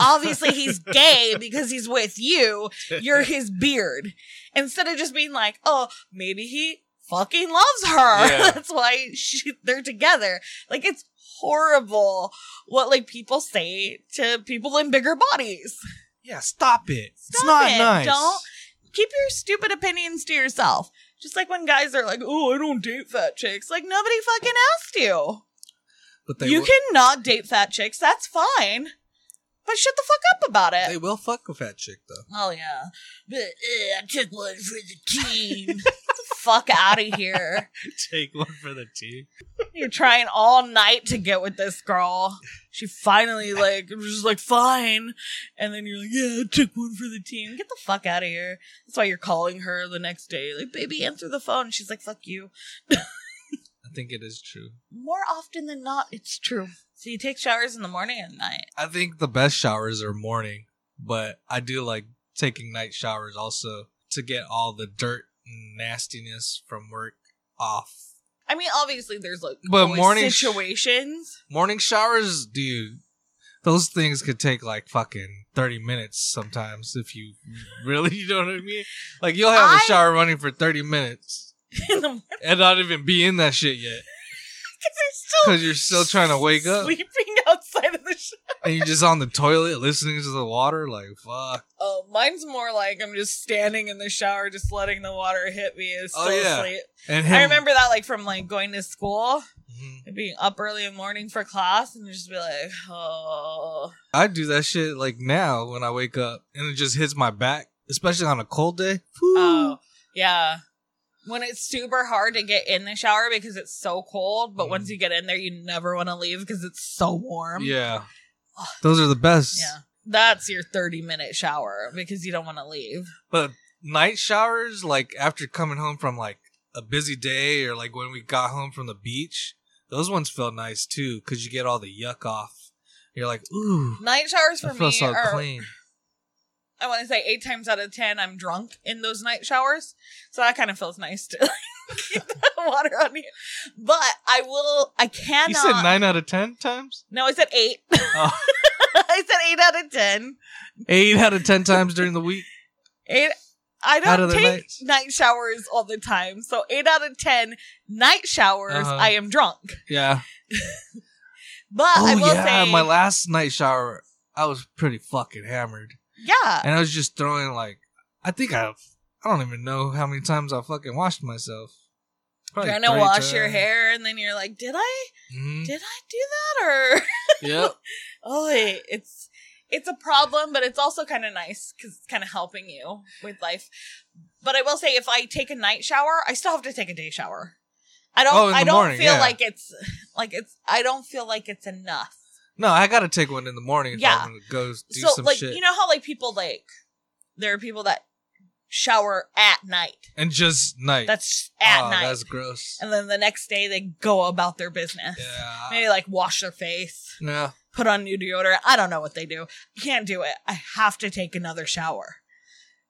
Obviously, he's gay because he's with you. You're his beard. Instead of just being like, oh, maybe he fucking loves her.
Yeah.
That's why she, they're together. Like, it's horrible what like people say to people in bigger bodies.
Yeah, stop it. it's
Stop
not
it.
nice.
Don't- Keep your stupid opinions to yourself. Just like when guys are like, oh, I don't date fat chicks. Like, nobody fucking asked you
But they
you
will,
cannot date fat chicks. That's fine. But shut the fuck up about it.
they will fuck a fat chick though.
oh, yeah. But uh, I took one for the team. Get the fuck out of here.
Take one for the team.
You're trying all night to get with this girl. She finally, like, was just like, fine. And then you're like, yeah, I took one for the team. Get the fuck out of here. That's why you're calling her the next day. Like, baby, answer the phone. She's like, fuck you.
I think it is true.
More often than not, it's true. So you take showers in the morning and night.
I think the best showers are morning, but I do like taking night showers also to get all the dirt and nastiness from work off.
I mean, obviously, there's like
But
always
morning sh-
situations.
Morning showers, dude, those things could take like fucking 30 minutes sometimes if you really, you know what I mean? Like you'll have
I-
a shower running for 30 minutes
in the morning,
and not even be in that shit yet
they're still
because you're still trying to wake up.
sleeping outside. side of the ship.
and you're just on the toilet listening to the water, like fuck.
Oh, mine's more like I'm just standing in the shower, just letting the water hit me. It's
Oh,
still
yeah.
asleep.
And
I
him-
remember that like from like going to school
Mhm.
and being up early in the morning for class and just be like, oh,
I do that shit like now when I wake up, and it just hits my back, especially on a cold day. Whew.
oh, yeah. When it's super hard to get in the shower because it's so cold, but
Mm.
once you get in there, you never want to leave because it's so warm.
yeah, those are the best.
Yeah. That's your 30 minute shower because you don't want to leave.
But night showers, like after coming home from like a busy day or like when we got home from the beach, those ones felt nice too because you get all the yuck off. You're like, ooh,
Night showers
I
for
feel
me
so
are
clean.
I want to say eight times out of ten, I'm drunk in those night showers. So that kind of feels nice to keep the water on you. But I will, I cannot.
You said nine out of ten times.
No, I said eight.
Oh.
I said eight out of ten.
Eight out of ten times during the week.
Eight. I
Out of
don't
the
take
nights.
night showers all the time. So eight out of ten night showers,
Uh-huh.
I am drunk.
Yeah.
But I
oh
will
yeah.
say,
My last night shower, I was pretty fucking hammered,
yeah,
and I was just throwing like, I think I, I don't even know how many times I fucking washed myself. Probably
trying to
three
wash your
times.
hair, and then you're like, did I?
Mhm.
Did I do that or?
Yep.
Oh, wait, it's it's a problem, but it's also kind of nice because it's kind of helping you with life. But I will say, if I take a night shower, I still have to take a day shower. I don't.
Oh, in
I
the
don't
morning,
feel
yeah.
like it's like it's. I don't feel like it's enough.
No, I gotta take one in the morning if
Yeah.
I'm gonna go do
so,
some
like
shit
you know how like people like there are people that shower at night.
and just night.
That's at
Oh,
night,
That's gross.
and then the next day they go about their business.
Yeah.
Maybe like wash their face,
Yeah.
put on new deodorant. I don't know what they do. Can't do it. I have to take another shower.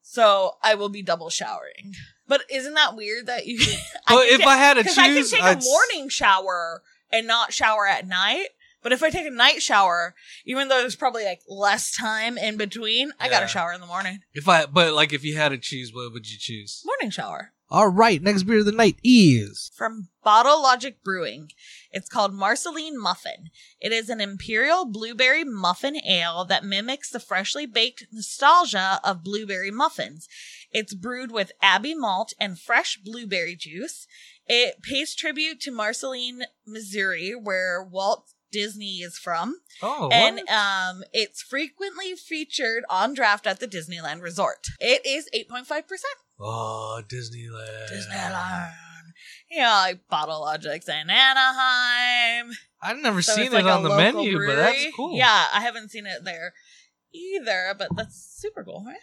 So I will be double showering. But isn't that weird that you I
But
can
if
ta-
I had to choose,
I can take
I'd
a
s-
morning shower and not shower at night. But if I take a night shower, even though there's probably like less time in between, I got
Yeah.
to shower in the morning.
If I, but like, if you had to choose, what would you choose?
Morning shower
All right, next beer of the night is
from Bottle Logic Brewing. It's called Marceline Muffin. It is an imperial blueberry muffin ale that mimics the freshly baked nostalgia of blueberry muffins. It's brewed with Abbey malt and fresh blueberry juice. It pays tribute to Marceline, Missouri, where Walt Disney is from.
oh,
and
what?
um, it's frequently featured on draft at the Disneyland Resort. It is 8.5%.
oh, Disneyland.
Disneyland. Yeah, like Bottle Logic's in Anaheim.
I've never
So
seen
it's
it
like a
on the
local
menu, but
brewery.
that's cool.
Yeah, I haven't seen it there either, but that's super cool, right?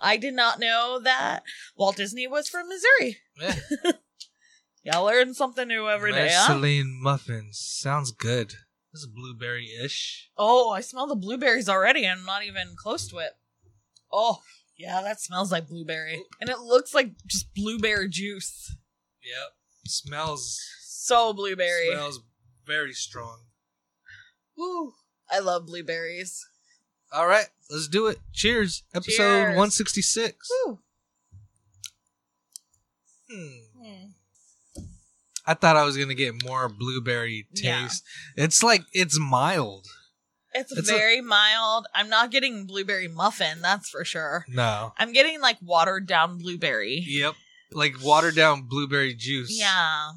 I did not know that Walt Disney was from Missouri.
Yeah.
Y'all learn something new every day. huh?
Marceline muffins sounds good. This is blueberry ish.
Oh, I smell the blueberries already. I'm not even close to it. Oh, yeah, that smells like blueberry. And it looks like just blueberry juice.
Yep. Smells.
So blueberry.
Smells very strong.
Woo. I love blueberries.
All right, let's do it. Cheers. Episode
Cheers.
166.
Woo.
Hmm.
Hmm.
I thought I was going to get more blueberry
Yeah.
taste. It's like it's mild.
It's,
It's a-
very mild. I'm not getting blueberry muffin, that's for sure.
No.
I'm getting like watered down blueberry.
Yep. Like watered down blueberry juice.
Yeah.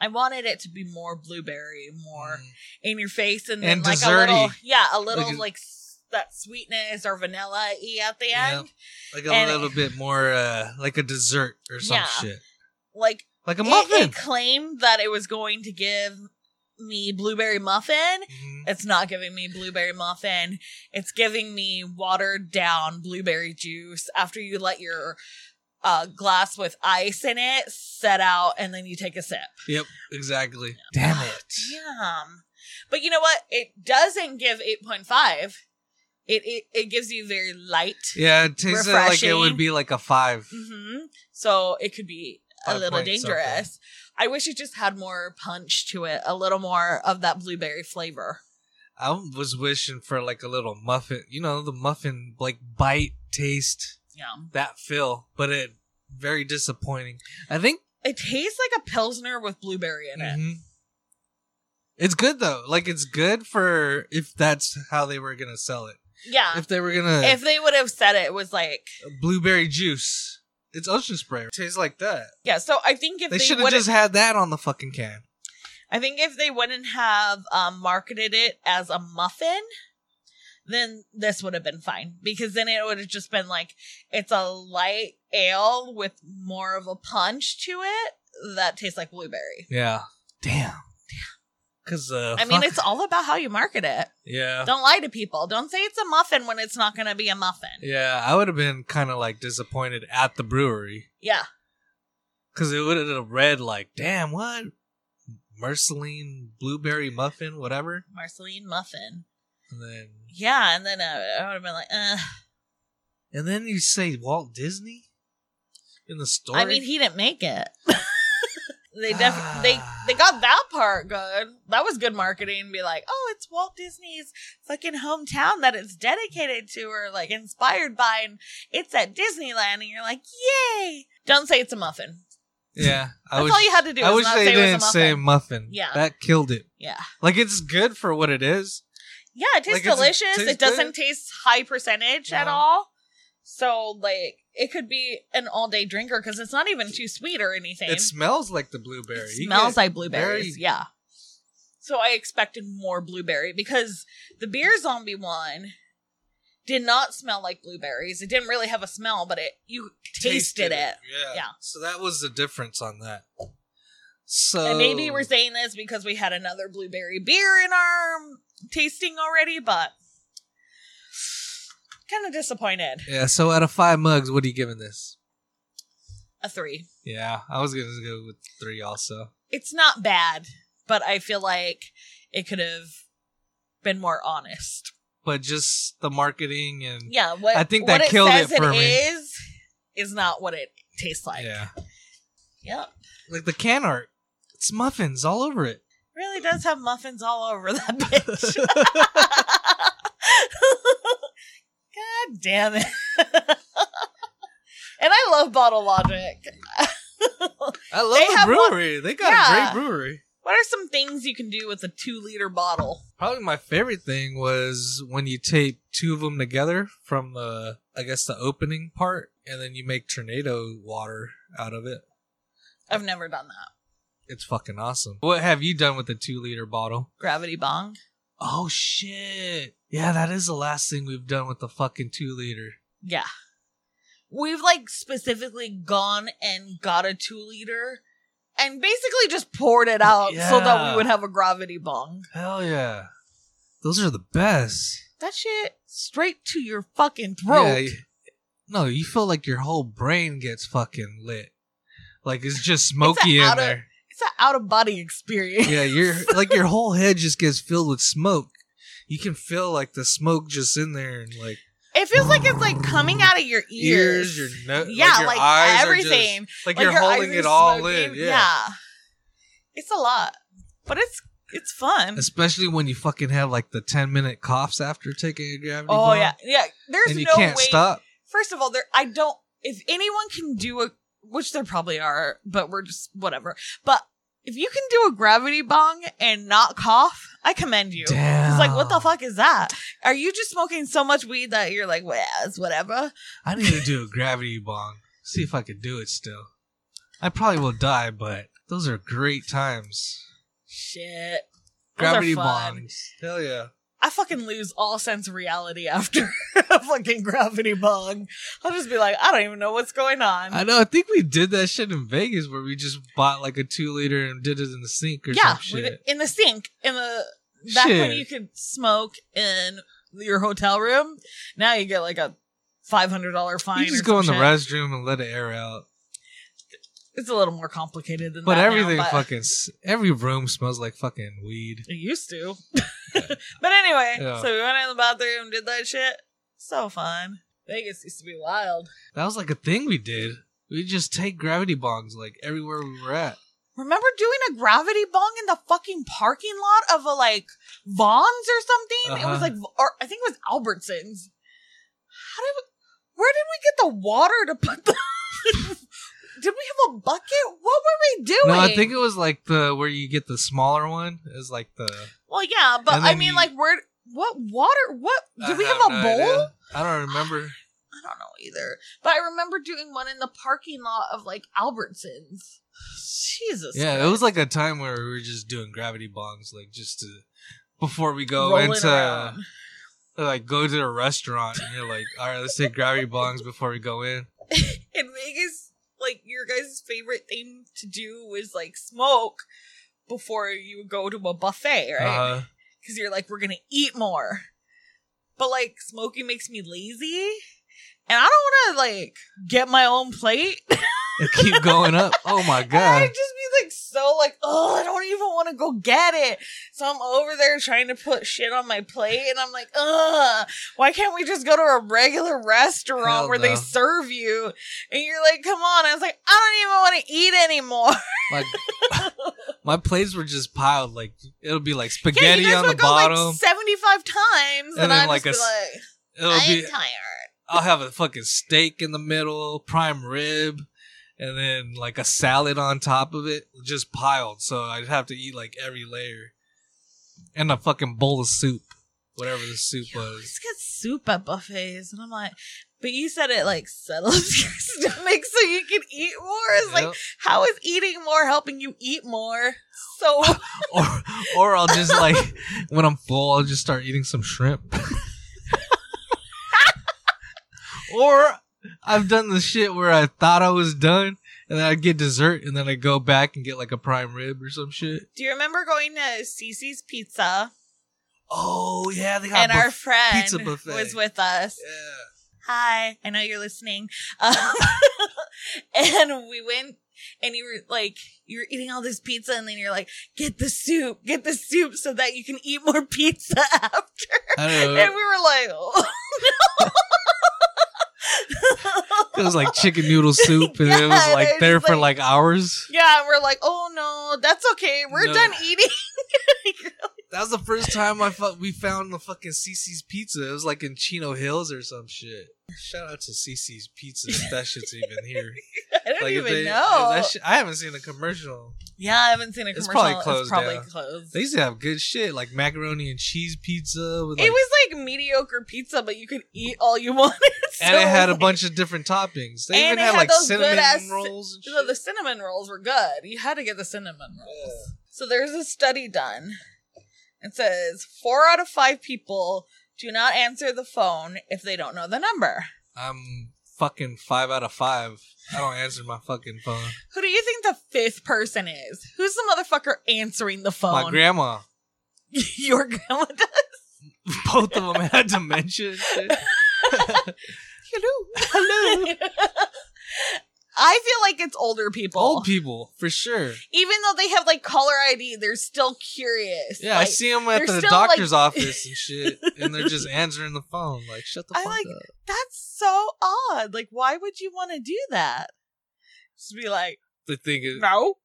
I wanted it to be more blueberry, more
Mm.
in your face and then
And
like
desserty.
a little yeah, a little
Like
like,
a-
s- that sweetness or vanilla y at the
Yep.
end.
Like a
And-
little bit more uh like a dessert or some
Yeah.
shit.
Like
Like a
it,
muffin.
it claimed that it was going to give me blueberry muffin.
Mhm.
It's not giving me blueberry muffin. It's giving me watered down blueberry juice after you let your uh, glass with ice in it set out and then you take a sip.
Yep, exactly. Damn it.
Damn. But you know what? It doesn't give 8.5. It, it it gives you very light.
Yeah, it tasted like it
Refreshing.
would be like a 5.
hmm So it could be a
Five
little
point something.
dangerous. I wish it just had more punch to it, a little more of that blueberry flavor.
I was wishing for like a little muffin, you know, the muffin like bite taste.
Yeah.
that feel, but it very disappointing. I think
It tastes like a pilsner with blueberry in it.
Mhm. It's good though. Like it's good for if that's how they were gonna sell it.
Yeah.
If they were gonna
Uh, If they would have said it, it was like
blueberry juice, it's ocean spray. It tastes like that.
yeah. So I think if
They
they,
should have
would
just
have,
had that on the fucking can.
I think if they wouldn't have um, marketed it as a muffin, then this would have been fine because then it would have just been like it's a light ale with more of a punch to it that tastes like blueberry.
Yeah. Damn. Cause uh,
I mean,
fuck-
it's all about how you market it.
yeah,
Don't lie to people. Don't say it's a muffin when it's not going to be a muffin.
yeah. I would have been kind of like disappointed at the brewery
Yeah.
because it would have read like, "Damn, what Marceline blueberry muffin, whatever."
Marceline muffin.
And then,
Yeah, and then uh, I would have been like, uh,
and then you say Walt Disney in the story.
I mean, he didn't make it. they def- they
Ah.
they got that part good. That was good marketing. Be like, oh, it's Walt Disney's fucking hometown that it's dedicated to or like inspired by, and it's at Disneyland, and you're like, yay! Don't say it's a muffin.
yeah, I
That's
wish,
all you had to do.
I
was
wish
not
they
say it
didn't
was a
say
muffin.
muffin.
Yeah.
that killed it.
Yeah,
Like it's good for what it is.
yeah. It tastes
Like, it's- it
delicious.
tastes
it doesn't
good. Uh-huh.
taste high percentage at
No.
all. So like, it could be an all day drinker because it's not even too sweet or anything.
It smells like the blueberry.
It
You
smells
get-
like blueberries.
berry-
Yeah. So I expected more blueberry because the beer zombie one did not smell like blueberries. It didn't really have a smell, but it you tasted it.
Yeah.
Yeah.
So that was the difference on that. So
And maybe we're saying this because we had another blueberry beer in our tasting already, but kind of disappointed.
yeah. So out of five mugs, what are you giving this?
A three.
Yeah, I was gonna go with three also.
It's not bad, but I feel like it could have been more honest.
But just the marketing and
Yeah, what
I think
what
that killed
says
it for me.
is is not what it tastes like.
yeah,
Yep.
like the can art, it's muffins all over it.
Really does have muffins all over that bitch. God damn it. and I love bottle logic.
I love
They
the
have one-
brewery. They got
Yeah.
a great brewery.
What are some things you can do with a two liter bottle?
Probably my favorite thing was when you tape two of them together from the, I guess, the opening part, and then you make tornado water out of it.
I've never done that.
It's fucking awesome. What have you done with the two liter bottle?
Gravity bong.
Oh shit. Yeah, that is the last thing we've done with the fucking two liter.
Yeah. We've like specifically gone and got a two liter and basically just poured it out so that
Yeah.
we would have a gravity bong.
Hell yeah. Those are the best.
That shit straight to your fucking throat.
Yeah, y- no, you feel like your whole brain gets fucking lit. Like it's just smoky in
outer-
there.
It's an out of body experience.
Yeah, your like your whole head just gets filled with smoke. You can feel like the smoke just in there and like
It feels like it's like coming out of your
ears,
ears.
your nose,
yeah,
like,
like,
your eyes are just-
everything.
like,
Like,
you're
your eyes
holding
are
it all
smoking.
in. yeah.
It's a lot. But it's it's fun.
Especially when you fucking have like the 10 minute coughs after taking a gravity
oh
bong,
yeah. Yeah. There's
And you
no
can't
way.
stop.
First of all, there I don't if anyone can do a which there probably are, but we're just whatever. But if you can do a gravity bong and not cough, I commend you.
Damn.
It's like, what the fuck is that? Are you just smoking so much weed that you're like, well, it's whatever?
I need to do a gravity bong. See if I could do it still. I probably will die, but those are great times.
Shit. Those are
Gravity
fun.
bongs. Hell yeah.
I fucking lose all sense of reality after a fucking gravity bong. I'll just be like, I don't even know what's going on.
I know. I think we did that shit in Vegas where we just bought like a two liter and did it in the sink or
yeah,
some
we
shit.
did- in the sink, in the back when
Shit.
you could smoke in your hotel room. Now you get like a five hundred dollar fine.
You
or
just go in
some
the
shit.
restroom and let it air out.
It's a little more complicated than
But
that. now,
everything
but
fucking, s- every room smells like fucking weed.
it used to. but anyway,
Yeah.
so we went in the bathroom, did that shit. So fun. Vegas used to be wild.
That was like a thing we did. We just take gravity bongs like everywhere we were at.
Remember doing a gravity bong in the fucking parking lot of a like Vaughn's or something? It was
Uh-huh.
like, or I think it was Albertsons. How did? We, where did we get the water to put the? Did we have a bucket? What were we doing?
No, I think it was like the where you get the smaller one. It was like the.
Well, yeah, but
And
I
then
mean,
you-
like, where? What water? What? Did
I
we have, a
no
bowl?
idea. I don't remember.
I don't know either. But I remember doing one in the parking lot of like Albertsons. Jesus.
Yeah, it was like a time where we were just doing gravity bombs, like just to before we go
Rolling
into
around.
like go to a restaurant and you're like, all right, let's take gravity bombs before we go in.
in Vegas, like your guys' favorite thing to do was like smoke before you go to a buffet, right?
Uh,
Because you're like, we're gonna eat more. But like smoking makes me lazy, and I don't want to like get my own plate.
and keep going up. Oh my
And
god.
I'd just be like so like, oh, I don't even want to go get it. So I'm over there trying to put shit on my plate, and I'm like, ugh, why can't we just go to a regular restaurant
Hell
where they
no.
serve you? And you're like, come on. I was like, I don't even want to eat anymore.
Like my plates were just piled like it'll be like
Yeah,
spaghetti
you guys
on the
would go
bottom.
like 75 times, and,
And then,
I'd
like,
just
a s-
be like,
it'll
I'm
be
tired.
I'll have a fucking steak in the middle, prime rib, and then like a salad on top of it, just piled. So I'd have to eat like every layer, and a fucking bowl of soup, whatever the soup
You
was.
always get soup at buffets, and I'm like. But you said it like settles your stomach so you can eat more. It's like
Yep.
How is eating more helping you eat more? So
Oh. or or I'll just like when I'm full, I'll just start eating some shrimp. or I've done the shit where I thought I was done, and then I get dessert, and then I go back and get like a prime rib or some shit.
do you remember going to Cece's Pizza
Oh yeah, they got
and our
buff-
friend
pizza buffet.
was with us?
yeah.
Hi, I know you're listening. Um, and we went and you were like you were eating all this pizza and then you're like get the soup get the soup so that you can eat more pizza after
I don't
and
know.
we were like oh no
It was like chicken noodle soup, and it was
Yeah,
like
it's
there for
like-
like hours.
yeah and we're like oh no that's okay we're
No.
done eating
That was the first time I fu- we found the fucking CC's Pizza. It was like in Chino Hills or some shit. Shout out to CC's Pizza if that shit's even here.
I don't
Like, if
even
they- if
know.
that shit- I haven't seen a commercial.
yeah, I haven't seen a
It's
commercial.
probably closed
probably
down.
closed.
They used to have good shit like macaroni and cheese pizza. With, like,
it was like mediocre pizza, but you could eat all you wanted. So
and it had a
like-
bunch of different toppings. They even
And it
had,
had
like
those
cinnamon
good-ass-
rolls and
You
shit.
know, the cinnamon rolls were good. You had to get the cinnamon rolls. So there's a study done. It says four out of five people do not answer the phone if they don't know the number.
I'm fucking five out of five. I don't answer my fucking phone.
Who do you think the fifth person is? Who's the motherfucker answering the phone?
My grandma.
Your grandma does.
Both of them had dementia. and shit.
Hello. Hello. I feel like it's older people.
Old people, for sure.
even though they have like caller ID, they're still curious.
Yeah, I
Like,
see them at
they're
the
still,
doctor's
like-
office and shit, and they're just answering the phone. Like, shut the
I
fuck
like-
up.
That's so odd. Like, why would you want to do that? Just be like,
The thing is,
no,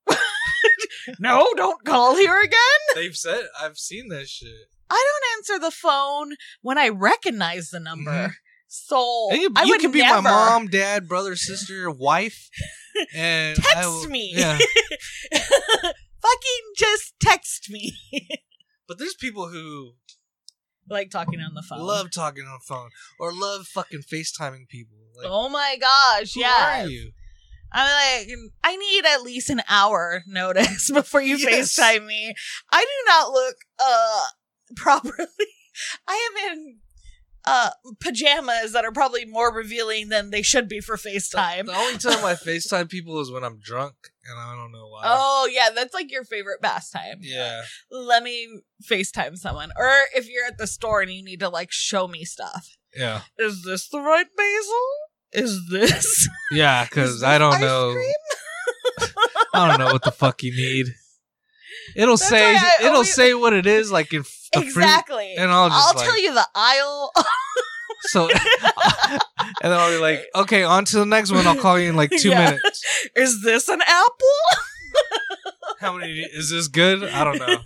no, don't call here again.
they've said I've seen that shit.
I don't answer the phone when I recognize the number.
Mhm.
So
And you
I
you
would
could be
never
my mom, dad, brother, sister, wife, and I
Text
will-
me.
Yeah,
Fucking just text me.
but there's people who
like talking on the phone.
love talking on the phone or love fucking FaceTiming people. Like,
oh my gosh!
who
Yeah,
are you?
I'm like, I need at least an hour notice before you
Yes.
FaceTime me. I do not look uh properly. I am in uh pajamas that are probably more revealing than they should be for FaceTime.
The only time I FaceTime people is when I'm drunk, and I don't know why.
Oh yeah, that's like your favorite pastime.
yeah.
Let me FaceTime someone. Or if you're at the store and you need to like show me stuff.
Yeah.
Is this the right basil? Is this
Yeah,
Is
because
this
I don't
ice
know.
cream?
I don't know what the fuck you need. It'll
That's
say
why I
it'll
always-
say what it is like in f- the
Exactly.
and I'll just,
I'll
like-
tell you the aisle
fruit. So and then I'll be like, okay, on to the next one. I'll call you in like two
Yeah.
minutes.
Is this an apple?
How many is this good? I don't know.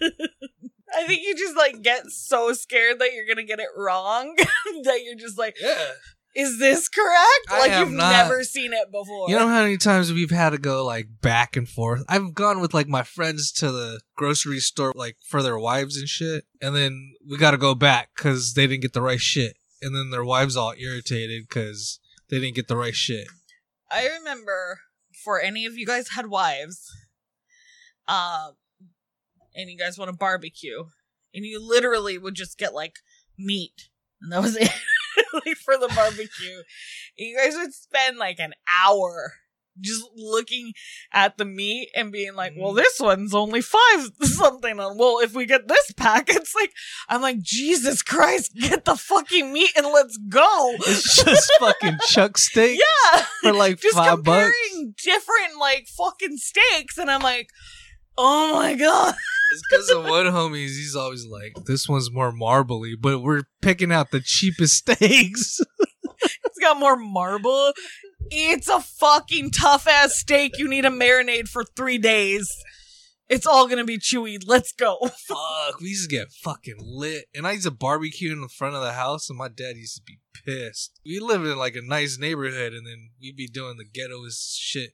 I think you just like get so scared that you're gonna get it wrong that you're just like,
Yeah,
Is this correct?
I
like
have
you've
not-
never seen it before.
You know how many times we've had to go like back and forth? I've gone with like my friends to the grocery store like for their wives and shit. And then we got to go back because they didn't get the right shit. And then their wives all irritated because they didn't get the right shit.
I remember for any of you guys had wives, um, and you guys want to barbecue, and you literally would just get like meat, and that was it like, for the barbecue. And you guys would spend like an hour just looking at the meat and being like, "Well, this one's only five something," and well, if we get this pack, it's like I'm like, Jesus Christ, get the fucking meat and let's go.
It's just fucking chuck steak
Yeah
for like
just
five bucks.
comparing different like fucking steaks, and I'm like, oh my god,
It's because of one homies. He's always like, this one's more marbly, but we're picking out the cheapest steaks.
it's got more marble. It's a fucking tough ass steak. You need a marinade for three days. It's all gonna be chewy. Let's go.
Fuck, we used to get fucking lit. And I used to barbecue in the front of the house, and my dad used to be pissed. We lived in like a nice neighborhood, and then we'd be doing the ghettoest shit.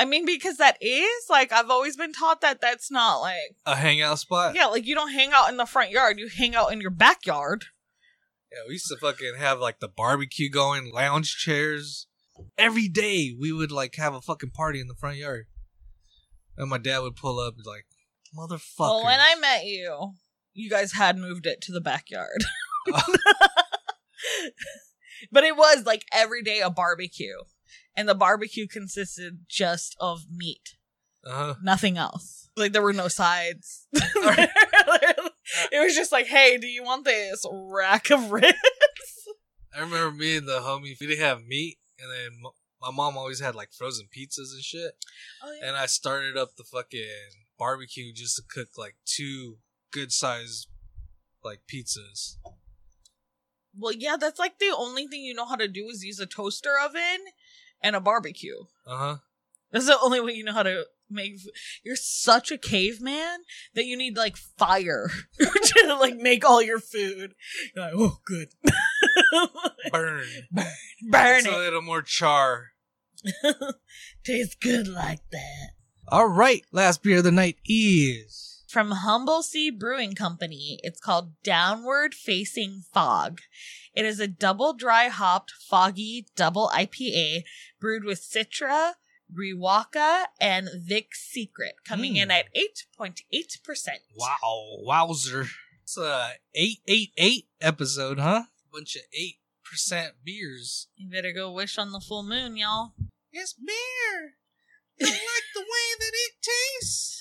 I mean, because that is like I've always been taught that that's not like
A hangout spot?
yeah, like you don't hang out in the front yard. You hang out in your backyard.
Yeah, we used to fucking have like the barbecue going, lounge chairs. Every day we would like have a fucking party in the front yard. And my dad would pull up and like, motherfucker.
Well, when I met you, you guys had moved it to the backyard. but it was like every day a barbecue. And the barbecue consisted just of meat,
uh-huh.
nothing else. Like there were no sides. it was just like, hey, do you want this rack of ribs?
I remember me and the homie, we didn't have meat. And then m- my mom always had like frozen pizzas and shit. and I started up the fucking barbecue just to cook like two good sized like pizzas.
Well, yeah, that's like the only thing you know how to do is use a toaster oven and a barbecue.
Uh huh.
That's the only way you know how to make. f- You're such a caveman that you need like fire to like make all your food. You're like, oh, good,
Burn.
burn
It's a
it.
little more char.
Tastes good like that.
All right. Last beer of the night is.
From Humble Sea Brewing Company, it's called Downward Facing Fog. It is a double dry hopped, foggy double IPA brewed with Citra, Rewaka, and Vic Secret, coming in
Hmm.
at 8.8%.
Wow. Wowzer. It's a 888 episode, huh? Bunch of 8% beers.
You better go wish on the full moon, y'all.
It's beer. I like the way that it tastes.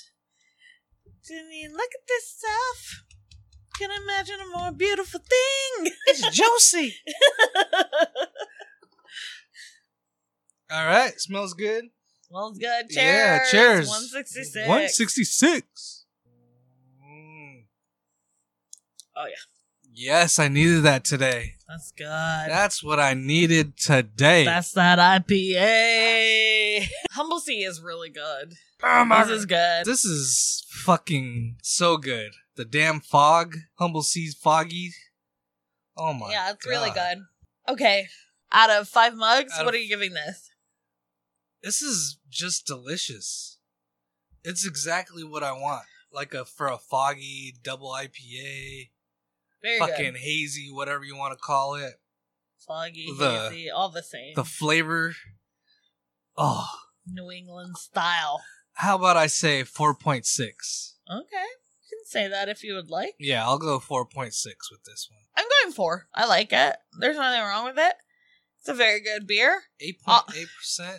I mean, look at this stuff. Can I imagine a more beautiful thing?
It's juicy. All right. Smells good.
well, good. Cheers.
Yeah, cheers.
166.
166.
Oh, yeah.
Yes, I needed that today.
That's good.
That's what I needed today.
That's that IPA. Humble Sea is really good.
Oh, my-
This is good.
This is fucking so good. The damn fog, Humble Seas foggy. Oh my
Yeah, it's really
God.
good. Okay. Out of five mugs,
Out
what
of-
are you giving this?
This is just delicious. It's exactly what I want. Like a for a foggy double IPA,
Very
fucking
good.
hazy, whatever you want to call it.
Foggy,
the-
hazy, all the same.
the flavor. Oh,
New England style.
how about I say 4.6?
Okay. You can say that if you would like.
Yeah, I'll go 4.6 with this one.
I'm going for. I like it. There's nothing wrong with it. It's a very good beer. Uh,
8.8%.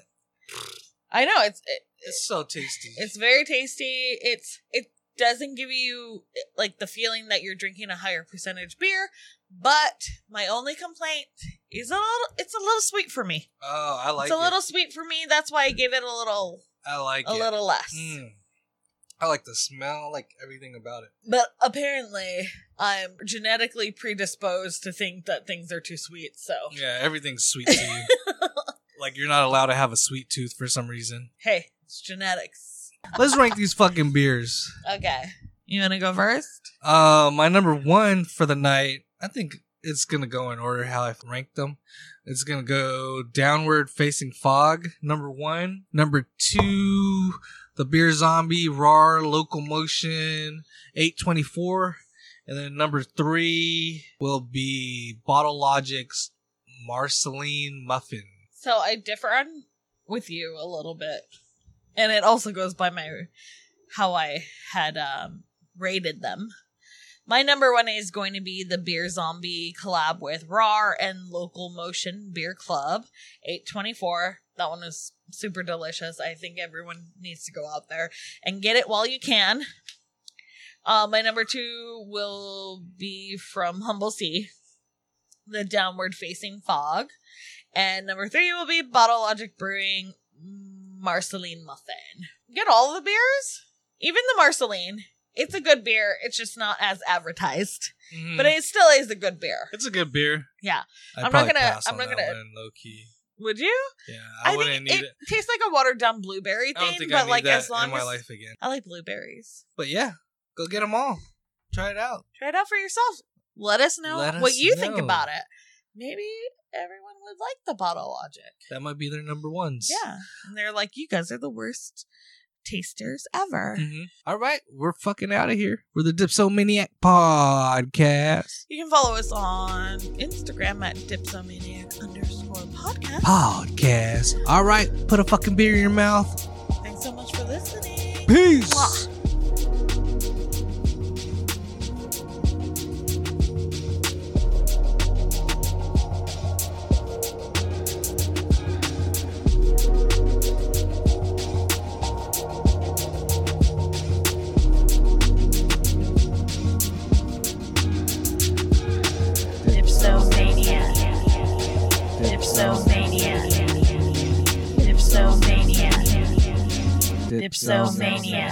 I know it's it,
it's so tasty.
it's very tasty. It's it doesn't give you like the feeling that you're drinking a higher percentage beer, but my only complaint is a little it's a little sweet for me.
oh, I like
it's a
it.
little sweet for me. That's why I gave it a little
I like
a
it.
little less.
Mm. I like the smell, I like everything about it.
But apparently, I'm genetically predisposed to think that things are too sweet, so
Yeah, everything's sweet to you. like you're not allowed to have a sweet tooth for some reason.
hey, it's genetics.
Let's rank these fucking beers.
Okay. You want to go first?
Uh, my number one for the night, I think, it's gonna go in order how I ranked them. It's gonna go downward facing fog, number one. Number two, the beer zombie, RAR, locomotion, eight twenty four. And then number three will be Bottle Logic's Marceline Muffin.
So I differ on with you a little bit, and it also goes by my how I had um, rated them. My number one is going to be the Beer Zombie collab with RAR and Local Motion Beer Club, eight twenty four. That one is super delicious. I think everyone needs to go out there and get it while you can. Uh, my number two will be from Humble Sea, the Downward Facing Fog. And number three will be Bottle Logic Brewing Marceline Muffin. Get all the beers, even the Marceline. It's a good beer. It's just not as advertised,
Hmm.
but it still is a good beer.
Mm-hmm. it's a good beer.
Yeah.
I'd
I'm not
probably
gonna-
pass
I'm
on
not
that
gonna-
one, low key.
Would you?
Yeah, I, wouldn't
think
need it.
tastes like a watered down blueberry
I don't
thing,
think I
but
need
like
that
as long
in my
as
life again.
I like blueberries.
But yeah, go get them all. Try it out.
Try it out for yourself. Let us know
Let
what
us
you think
know.
about it. Maybe everyone would like the bottle logic.
That might be their number ones.
Yeah. And they're like, you guys are the worst tasters ever.
Mhm. All right, we're fucking out of here. We're the Dipsomaniac Podcast.
You can follow us on Instagram at dipsomaniac underscore podcast.
Podcast. All right, put a fucking beer in your mouth.
Thanks so much for listening.
Peace.
Mwah.
Dipsomania. Dipsomania. Dipsomania. Dipsomania.